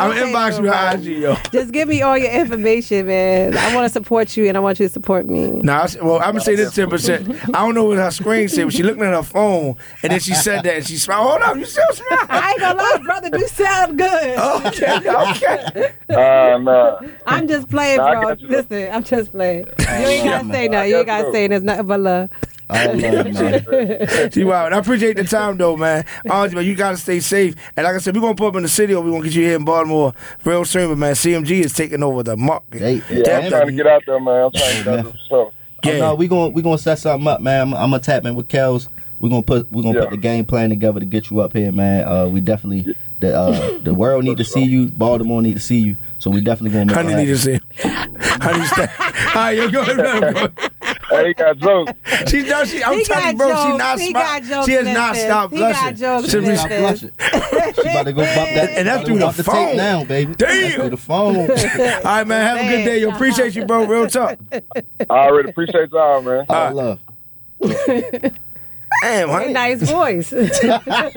E: *laughs* I'm
G: Don't pay
E: inboxing
G: them
E: you
G: no
E: on
G: mind.
E: IG, yo.
G: Just give me all your information, man. I want to support you, and I want you to support me.
E: Nah, I s well, I'm gonna say this ten percent. I don't know what her screen said, but she looked at her phone and then she said that and she smiled. Hold up, you still smiling?
G: I ain't gonna lie, brother. You sound good.
E: Oh, Okay, okay.
I: uh, nah,
G: I'm just playing,
I: Nah, I
G: bro.
I: got you.
G: Listen, I'm just playing. You
F: yeah,
G: ain't gotta
F: man.
G: say
I: I
G: nothing. You ain't
I: got
G: gotta
I: you.
G: say nothing. It's nothing but love.
F: I love you, man.
E: She wild. I appreciate the time though, man. Honestly, man, you gotta stay safe. And like I said, we're gonna pull up in the city or we're gonna get you here in Baltimore real soon, but man, CMG is taking over the market.
F: They-
I: yeah,
E: Tap
I: I'm trying to
E: that-
I: get out there, man. I'm trying to get out there. So
F: Oh,
E: Yeah.
F: no, we going we gonna set something up, man. I'm, I'm gonna tap in with Kels. We gonna put we gonna
I: Yeah.
F: put the game plan together to get you up here, man. Uh, we definitely the uh, the world need to see you. Baltimore need to see you. So we definitely gonna make
E: Honey
F: it
E: need to
F: happen.
E: see. Honey, stay. All right, yo, go ahead, man,
I: hey, you got jokes.
E: bro. She no, she. I'm
G: He
E: telling you,
G: got
E: bro, she
G: jokes.
E: not
G: He
E: smiling.
G: got jokes
E: She has
G: in
E: not
G: this.
E: stopped
G: He got
E: blushing.
G: jokes
E: She
G: in
E: be-
G: this.
F: Stop blushing. She about to go bump that.
E: And that's
F: she about to
E: through
F: go
E: the
F: bump the
E: phone.
F: tape now, baby. That's
E: Damn.
F: through the phone.
E: *laughs* All right, man. Have a good day. Yo, appreciate you, bro. Real
G: *laughs*
E: talk.
I: I already appreciate y'all, man.
F: All love.
E: Damn, honey.
G: Nice voice. *laughs* he
F: Nice boy.
G: had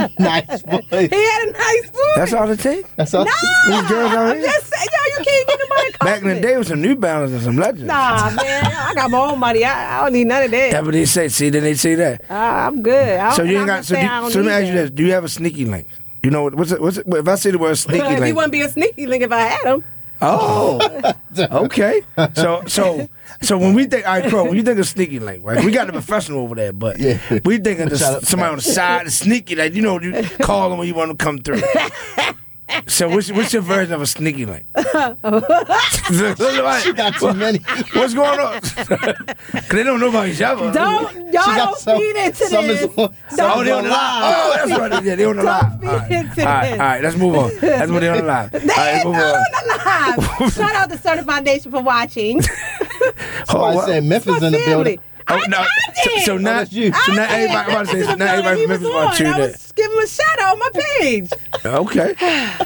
G: a nice voice.
E: That's all it takes.
F: That's all.
E: These girls out
G: I'm
E: here.
G: just saying, yo, you can't get nobody.
E: Back in the day, with some New Balance and some Legends.
G: Nah, man, I got my own money. I, I don't need none of that.
E: That's what they say. See, then they say that.
G: I, I'm good. I
E: So
G: don't-
E: you ain't
G: Oh,
E: got.
G: I'm just
E: So, do,
G: saying I don't
E: so let me
G: need
E: ask you
G: that.
E: this: Do you have a sneaky link? You know what- what's it? What's it? If I say the word sneaky
G: But he
E: link,
G: wouldn't be a sneaky link if I had him.
E: Oh, okay. So, so, so when we think, all right, Crow, when you think of sneaky link, right? We got the professional over there, but
F: Yeah.
E: we think of
F: Shout
E: the,
F: out.
E: somebody on the side, the sneaky, like you know, you call them when you want them to come through. So, what's, what's your version of a sneaky
G: *laughs*
E: link? *laughs*
F: Got too many.
E: What's going on? *laughs* 'Cause they don't know about each other.
G: Don't y'all
F: got
G: don't
F: some-
G: feed into
F: some is
G: this.
F: on-
E: Oh, they on
G: don't
E: the live. Oh, that's right. Yeah, they on the
G: Don't
E: live.
G: feed
E: All right.
G: into
E: all right, all
G: this.
E: right, let's move on. That's what they on the live. All right, move on.
G: live. Shout out to Certified Nation for watching.
E: Oh,
F: I
E: well.
F: said Memphis in the building.
G: Family.
E: Oh, no. So, so now,
F: that's you.
E: so now
G: I did.
E: everybody, I'm about to say,
G: This
E: so
G: is the
E: now everybody
G: building
E: from Memphis
G: he was
E: want to tune
G: on. I
E: in.
G: was giving him a shout out on my page. *laughs*
E: Okay.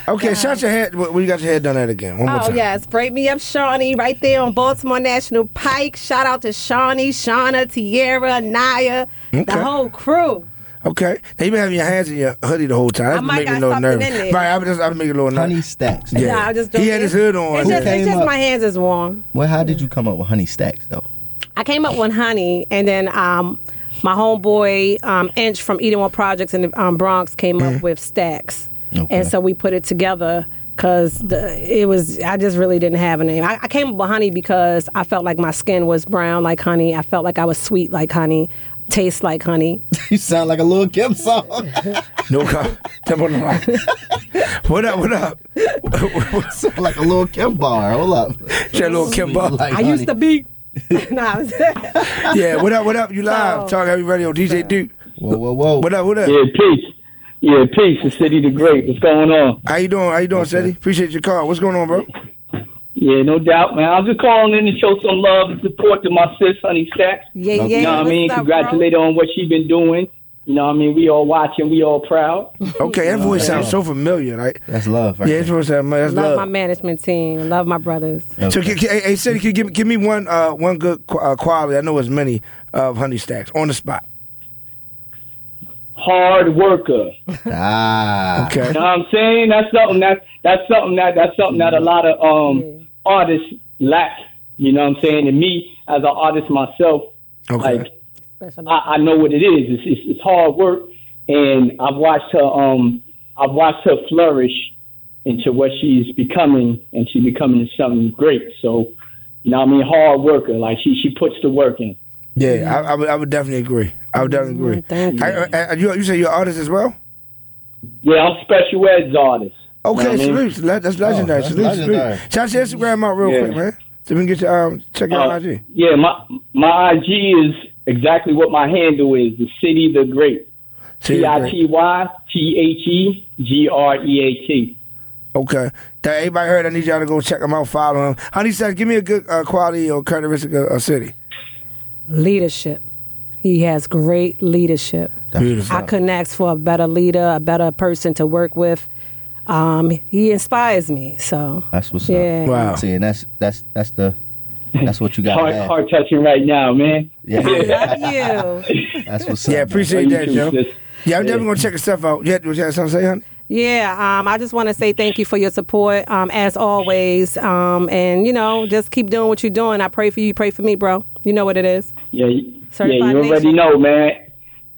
E: Okay, shut your head. Well, you got your head done that again. One more
G: Oh
E: time.
G: yes, break me up, Shawnee, right there on Baltimore National Pike. Shout out to Shawnee, Shauna, Tierra, Naya,
E: Okay.
G: the whole crew.
E: Okay. Now, you been having your hands in your hoodie the whole time. That's
G: might
E: making me a
G: got
E: little
G: something
E: nervous.
G: in there.
E: Right, I'm just, I'm making a little
F: Honey
E: nervous.
F: stacks.
E: Yeah.
G: Nah, I'm just
E: He
G: joking.
E: had his hood on.
G: It's just,
F: Came
G: it's just
F: up-
G: my hands is warm.
F: Well, how did you come up with honey stacks though? *laughs*
G: I came up with honey, and then um, my homeboy um, Inch from Eden One Projects in the um, Bronx came up with Stacks,
F: Okay.
G: and so we put it together because it was I just really didn't have a name. I, I came up with honey because I felt like my skin was brown like honey. I felt like I was sweet like honey, taste like honey.
F: You sound like a little Kim song. *laughs*
E: No cop. Jump on the line. What up? What up?
F: sound like a little Kim bar. Hold up.
E: That little Kim *laughs* Bar.
F: Like
G: I used to
F: honey.
G: be. *laughs* no, I was. *laughs*
E: Yeah, what up? What up? You
G: Oh.
E: live. Talk Heavy Radio. DJ Duke.
F: Whoa, whoa, whoa.
E: What up? What up?
J: Yeah, peace. Yeah, peace. The city the great. What's going on?
E: How you doing? How you doing, Shetty? Appreciate your call. What's going on, bro?
J: Yeah, no doubt, man. I'm just calling in to show some love and support to my sis, Honey Sacks.
G: yeah, yeah.
J: You know what I mean?
G: what's up, bro?
J: Congratulate her on what she been doing. You know what I mean? We all watching. We all proud.
E: Okay, that voice sounds so familiar, right?
F: That's love, right?
E: Yeah, it's
F: there.
E: supposed to have that's
G: Love my
E: love.
G: management team. Love my brothers.
E: So, can, can, hey, hey, City, can you give, me- give me one uh, one good qu- uh, quality? I know it's many of Honey Stacks on the spot.
J: Hard worker. You
F: Ah.
E: Okay.
J: know what I'm saying? That's something that that's something that that's something that a lot of um artists lack. You know what I'm saying? And me as an artist myself,
E: Okay.
J: like
G: Special.
J: I, I know what it is. It's, it's, it's hard work, and I've watched her. Um, I've watched her flourish into what she's becoming, and she's becoming something great. So, You know what I mean? Hard worker. Like she she puts the work in.
E: Yeah, I, I, would, I would definitely agree. I would definitely agree.
G: Mm, thank you.
E: I, I, I- you, you say you're an artist as well?
J: Yeah, I'm special eds artist.
E: Okay,
J: I mean? oh,
E: salute. Le- That's legendary.
F: that's
E: salute,
F: legendary.
E: salute. Shout your Instagram out real
J: Yeah.
E: quick, man. So we can get your, um, check your
J: Uh,
E: IG.
J: yeah, my my IG is exactly what my handle is. The city the great.
E: See
J: T
E: you,
J: I
E: great.
J: T Y T H E G R E A T.
E: Okay. That everybody heard. I need y'all to go check him out, follow him. Honey said, give me a good uh, quality or characteristic of a city.
G: Leadership. He has great leadership.
E: Beautiful.
G: I couldn't ask for a better leader, a better person to work with. Um, he inspires me. So
F: That's what's
G: yeah.
F: up.
E: Wow.
F: See, and that's that's that's the that's what you got.
J: Heart
F: to have.
J: heart touching right now, man.
F: Yeah,
G: Love you.
F: that's what's
E: *laughs*
F: up.
E: Yeah,
F: man.
E: appreciate
J: You
E: that,
J: too,
E: Joe.
J: sis.
E: Yeah, I'm definitely going to check his stuff out. Yeah, you have something to say, honey?
G: Yeah, um, I just want to say thank you for your support, um, as always. Um, and, you know, just keep doing what you're doing. I pray for you. Pray for me, bro. You know what it is.
J: Yeah, you- yeah,
G: Certified
J: you already
G: Nation.
J: know, man.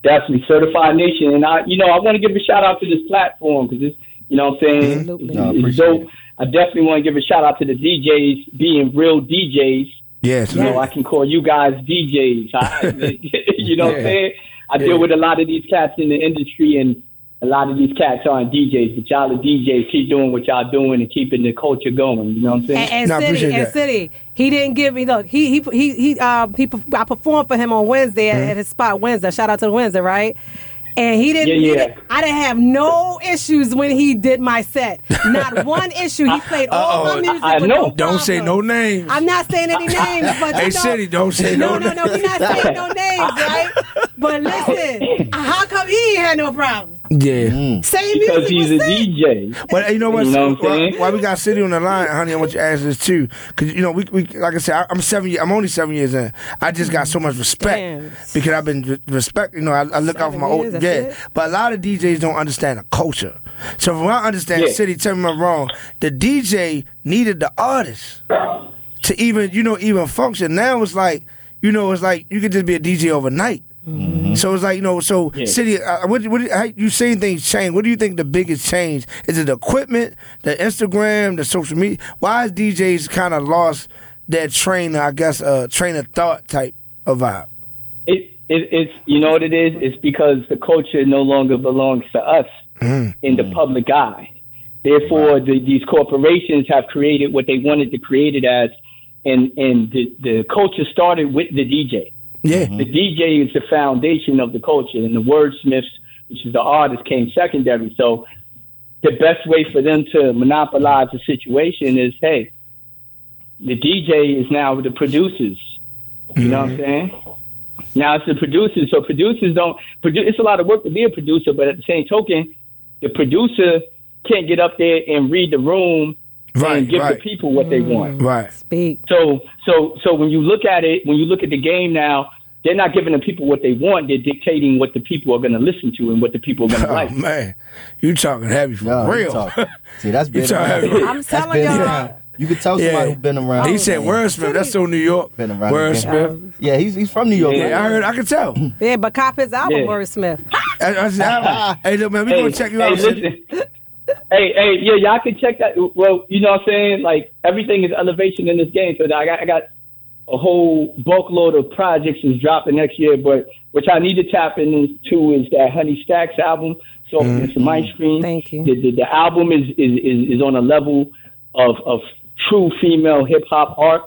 J: Definitely certified nation, and I, you know, I want to give a shout out to this platform because it's, you know, what I'm saying,
G: Absolutely.
J: it's-
F: No, I
J: it's
F: appreciate
J: dope.
F: it.
J: I definitely want to give a shout out to the DJs being real DJs.
E: Yeah,
J: You know,
E: salute.
J: I can call you guys DJs. *laughs* I, you know, what I'm
E: Yeah.
J: saying. I deal with a lot of these cats in the industry, and a lot of these cats aren't DJs, but y'all are DJs. Keep doing what y'all doing and keeping the culture going. You know what I'm saying?
G: And, and
E: No, I
G: City,
E: appreciate
G: and
E: that.
G: City, he didn't give me look. He he he he. Um, he perf- I performed for him on Wednesday at- at his spot Wednesday. Shout out to Wednesday, right? And he didn't.
J: Yeah,
G: he
J: yeah.
G: didn't- I didn't have no issues when he did my set. Not one issue. He played all
E: Uh-oh.
G: my music.
J: I
G: with
J: know.
G: No
E: Don't say no
G: problems.
E: names.
G: I'm not saying any names, but
E: Hey,
G: you know,
E: City, don't say no
G: no, no, no. We're not saying no names, right? But listen, how come he ain't had no problems?
E: Yeah.
G: Same music
J: because he's
G: was
J: a
G: sent.
J: DJ.
E: But you know what?
J: Mm. You know what I'm
E: why,
J: saying?
E: why we got City on the line, honey? I want you to answer this too, because you know we, we like I said, I, I'm seven. ye- I'm only seven years in. I just got so much respect
G: Damn.
E: because I've been re- respect. You know, I, I look out for
G: Seven
E: my
G: years,
E: old
G: that's
E: yeah.
G: it?
E: But a lot of DJs don't understand the culture. So from what I understand,
J: Yeah.
E: City, tell me if I'm wrong. The DJ needed the artist to even you know even function. Now it's like you know it's like you could just be a DJ overnight. So it's like you know so city. Uh, what, what how you seen things change? What do you think the biggest change is? It the equipment, the Instagram, the social media. Why is DJs kind of lost that train? I guess uh, train of thought type of vibe.
J: It, it, it's you know what it is. It's because the culture no longer belongs to us in the public eye. Therefore, the, these corporations have created what they wanted to create it as, and and the, the culture started with the DJ.
E: Yeah,
J: The DJ is the foundation of the culture, and the wordsmiths, which is the artist, came secondary. So, the best way for them to monopolize the situation is, hey, the DJ is now the producers. You know what
E: Mm-hmm.
J: I'm saying? Now it's the producers. So producers don't produ It's a lot of work to be a producer, but at the same token, the producer can't get up there and read the room
E: Right,
J: and give
E: right.
J: the people what they want.
E: right.
G: Speak.
J: So so so when you look at it, when you look at the game now, they're not giving the people what they want. They're dictating what the people are going to listen to and what the people are going to
E: *laughs* Oh
J: *laughs* like.
E: man, you talking heavy for
F: No, Oh, you
E: real? *laughs*
F: talking. See, that's
E: You
F: been
E: talking
F: around.
E: heavy?
G: I'm
F: That's
G: telling
F: been
G: y'all.
F: around. You could tell somebody who's been around.
E: He said Wordsmith. That's so New York.
F: Been around the game.
E: Wordsmith.
F: Yeah, he's he's from New York.
E: Yeah, I heard. I could *laughs* tell.
G: Yeah, but cop his album,
J: Yeah.
G: Wordsmith.
E: I, I said, I- hey, look, man, we gonna check you out.
J: Hey,
E: City.
J: listen. *laughs* hey, hey, yeah, y'all can check that. Well, you know what I'm saying? Like, everything is elevation in this game. So I got, I got a whole bulk load of projects is dropping next year. But what I need to tap into is that Honey Stacks album. So it's my screen.
G: Thank you.
J: The, the, the album is, is, is, is on a level of, of true female hip hop art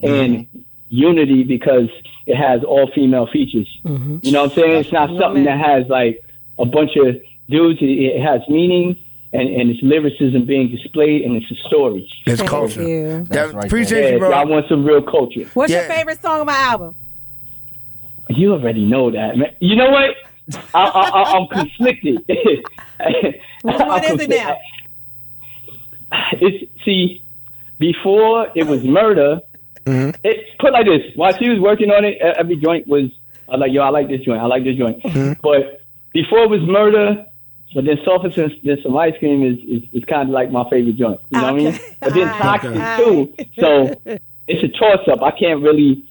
J: and unity because it has all female features.
G: Mm-hmm.
J: You know what I'm saying? It's not something that has like a bunch of dudes. It, it has meaning and, and it's lyricism being displayed and it's a story.
E: It's
G: Thank
E: culture.
G: you.
E: That-
F: That's right
E: appreciate
J: Yeah,
E: you,
J: if
E: bro.
J: y'all want some real culture.
G: What's your
E: Yeah.
G: favorite song on my album?
J: You already know that, man. You know what? I, I, I, I'm conflicted. *laughs*
G: Which one is it now?
J: It's see, before it was murder. It put like this. While she was working on it, e- every joint was I like yo. I like this joint. I like this joint. But before it was murder. But then softness and then some ice cream is, is, is kind of like my favorite joint. You know what I mean?
G: Okay.
J: But then
G: Aight,
J: toxic
G: aight.
J: too. So it's a toss up. I can't really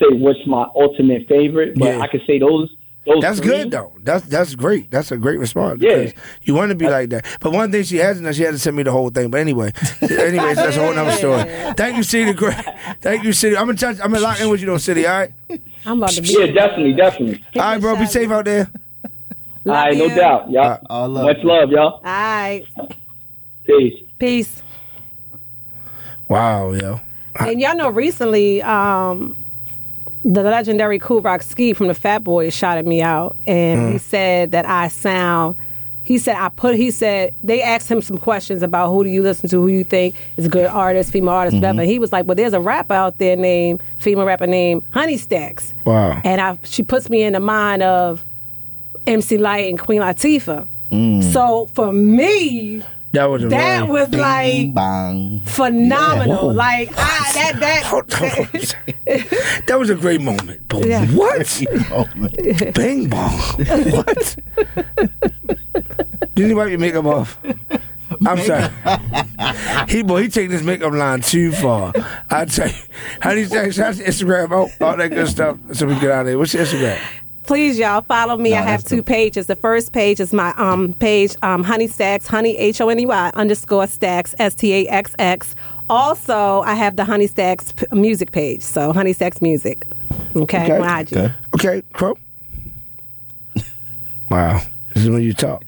J: say what's my ultimate favorite, but
E: Yeah.
J: I can say those Those
E: that's
J: three-
E: good though. That's that's great. That's a great response.
J: Yeah.
E: because you want to be like that. But one thing she hasn't done, she hasn't sent me the whole thing. But anyway, *laughs* anyways, that's a whole other *laughs* story. Thank you, City. Great. Thank you, City. I'm gonna touch. I'm gonna lock in with you though, City. All right.
G: I'm about to be.
J: Yeah, definitely, definitely.
E: All right, bro. Be safe out there.
J: All right, no
H: you.
J: doubt,
E: Uh,
J: y'all.
F: All love.
J: Much love, y'all.
H: All right.
J: Peace.
G: Peace.
E: Wow, yo.
G: And y'all know recently, um, the legendary Cool Rock Ski from the Fat Boys shouted me out, and he said that I sound. He said I put. He said they asked him some questions about who do you listen to, who you think is a good artist, female artist, whatever. And he was like, "Well, there's a rapper out there named female rapper named Honey Stacks."
E: Wow.
G: And I, she puts me in the mind of MC Light and Queen Latifah. So for me,
E: That was a
G: that
E: really-
G: was like
F: Bang.
G: phenomenal. Like I, that that
E: Hold- hold on a second. that was a great moment. But
G: Yeah.
E: what?
F: Oh,
G: *laughs*
F: man.
E: Bing bong. What? Did you wipe your makeup off? I'm sorry. He boy, he taking this makeup line too far. I tell you. How do you say shout out to Instagram? Oh, all that good stuff. So we get out of there. What's your Instagram?
G: please y'all follow me. I have
F: that's
G: two pages. The first page is my um page, um Honey Stacks, Honey H O N E Y underscore Stacks S T A X X. Also, I have the Honey Stacks p- music page. So Honey Stacks Music. Okay,
E: Okay.
G: my IG.
F: Okay.
E: Okay, Crow. Wow. This is when you talk.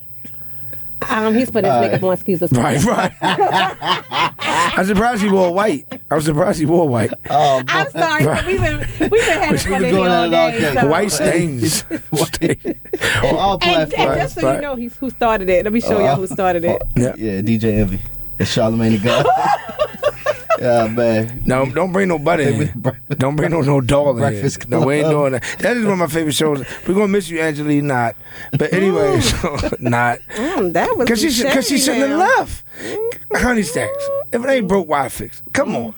G: Um, he's putting his makeup on. Excuse us.
E: Right, right. I'm surprised he wore white. I'm surprised he wore white.
G: I'm sorry, but we've been we've been having fun in
F: been
G: here
F: going at
G: all
F: it all
G: day.
F: day.
G: so-
E: White stains.
G: *laughs*
F: *laughs* On all
G: And, and
F: platforms.
G: just so you know, he's who started it. Let me show y'all who started it.
E: Yeah.
F: Yeah, DJ Envy. It's Charlemagne the God.
E: *laughs*
F: yeah, man.
E: No, don't bring no butter. in
F: Hey, we-
E: here. Don't bring no no doll in here.
F: Breakfast
E: No, we ain't
F: Club.
E: doing that. That is one of my favorite shows. We're gonna miss you, Angelique. Not, but anyway, so, not
G: Mm, that was
E: because she
G: some
E: because she
G: shady
E: shouldn't have
G: now.
E: left. Honey stacks. If it ain't broke, why fix? it? Come on,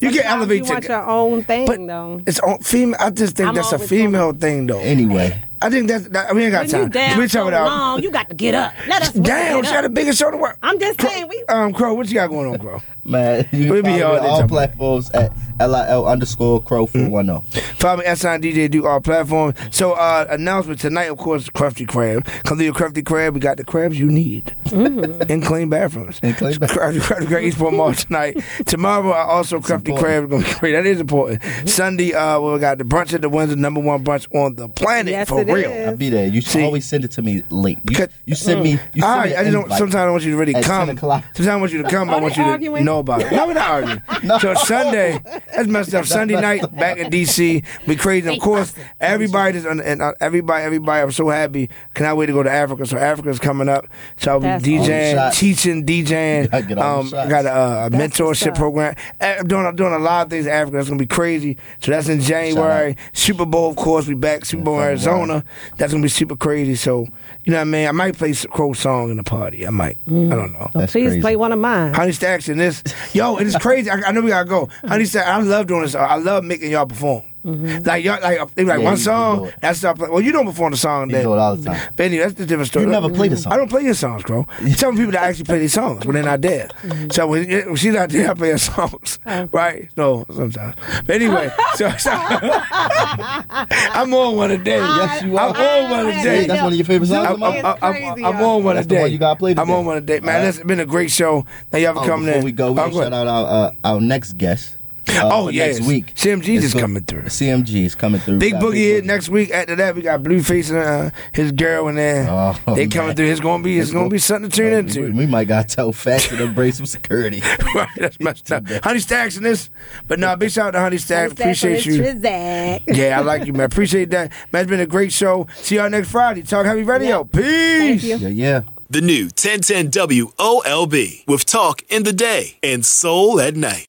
E: you get
G: Sometimes You
E: elevated.
G: want your own thing,
E: But
G: though.
E: it's on female. I just think
G: I'm
E: that's a
G: always
E: female thing, though.
F: Anyway,
E: I think that's that, we ain't got
G: When you
E: time.
G: down
E: we
G: so
E: talking about
G: long, you got to get up. Let
E: *laughs*
G: us
E: damn. She
G: get
E: had the
G: up.
E: biggest show in the world.
G: I'm just saying, we
E: Um, Crow, what you got going on, Crow?
F: man, you
E: We
F: can
E: be
F: follow me
E: all Mm-hmm.
F: on
E: the
F: all
E: time.
F: platforms at LIL underscore crow oh. 410.
E: Follow me at Sign DJ Do all platforms. So uh announcement tonight, of course, Crafty Crab. Come to your Crafty Crab. We got the crabs you need
G: Mm-hmm.
E: in clean bathrooms.
F: In clean bathrooms.
E: Crafty Crab, Crab Eastport
F: *laughs*
E: Mall tonight. Tomorrow, I also Crafty Crab is going to be great. That is important.
F: Mm-hmm.
E: Sunday, uh, we got the brunch at the Windsor, number one brunch on the planet
G: Yes,
E: for
G: it
E: real.
G: is.
F: I'll be there. You
E: See-
F: always send it to me late. You,
E: Cut-
F: you send me. You send
E: All
F: me
E: right, Ah, I
F: an
E: just don't.
F: invite.
E: Sometimes I want you to really
F: At 10
E: come.
F: o'clock.
E: Sometimes I want you to come. I
G: Are
E: want
G: they
E: you to
G: arguing?
E: know about it. No, we're not
F: *laughs*
E: arguing. So Sunday, that's messed up. Sunday night back in DC, we crazy. Of course, everybody is on, and uh, everybody, everybody. I'm so happy. Cannot wait to go to Africa. So Africa's coming up. So I'll be
G: That's
E: DJing,
F: all the shots.
E: teaching, DJing.
F: Gotta get all the
E: um, I
F: shots.
E: got a, uh, a
G: That's what's
E: mentorship
G: up.
E: program. Eh, I'm doing, I'm doing a lot of things in Africa. That's gonna be crazy. So that's in January. Super Bowl, of course, we back. Super Bowl,
F: February.
E: Arizona. That's gonna be super crazy. So you know what I mean. I might play s- Crow song in the party. I might. I don't know.
F: That's
G: please
F: crazy.
G: play one of mine.
E: Honey Stacks and this, yo, it is crazy. I, I know we gotta go. Honey Stacks, I love doing this. I love making y'all perform. Like y'all, like they be like
F: Mm-hmm. Yeah,
E: one
F: you can do
E: song.
F: it.
E: That's not play. well, you don't perform the song.
F: You
E: Then,
F: do it all the time.
E: But anyway, that's the different story.
F: You never play the song.
E: I don't play your songs, bro. You tell me people that actually play these songs when they're not there.
F: Mm-hmm.
E: So when, when she's not there, I play her
F: *laughs*
E: songs, right? No, sometimes. But anyway, so, so- *laughs* I'm on one a day.
F: Yes, you are.
E: I'm on one a
F: Hey,
E: day.
F: that's one of your favorite songs.
E: I'm,
F: of mine?
E: I'm, I'm,
H: crazy,
E: I'm
H: y'all.
E: on one
F: That's
E: a
F: the
E: day.
F: one you gotta play
E: I'm
F: today.
E: on one a day, man.
F: Alright.
E: This has been a great show. Now y'all for
F: Oh,
E: coming
F: before
E: in.
F: we go, we
E: Oh,
F: gotta
E: go
F: shout out our, uh, our next guest. uh,
E: Oh,
F: for
E: yes.
F: next week.
E: CMG is
F: It's go-
E: coming through.
F: CMG is coming through.
E: Big
F: We got
E: Boogie here next week. After that, we got Blueface and uh, his girl in there.
F: Oh,
E: they
F: man.
E: coming through. It's gonna be it's,
F: It's
E: gonna
F: go-
E: be something to tune
F: We,
E: into.
F: we might gotta tell Fast to embrace some
E: *laughs*
F: security.
E: right, that's messed up. Honey Stacks in this, but nah, big shout out to Honey Stacks. Appreciate you.
H: Trizak.
E: *laughs* Yeah, I like you, man. Appreciate that. Man, it's been a great show. See y'all next Friday. Talk Happy Radio. Peace.
F: Yeah, yeah.
A: The new 1010 WOLB with talk in the day and soul at night.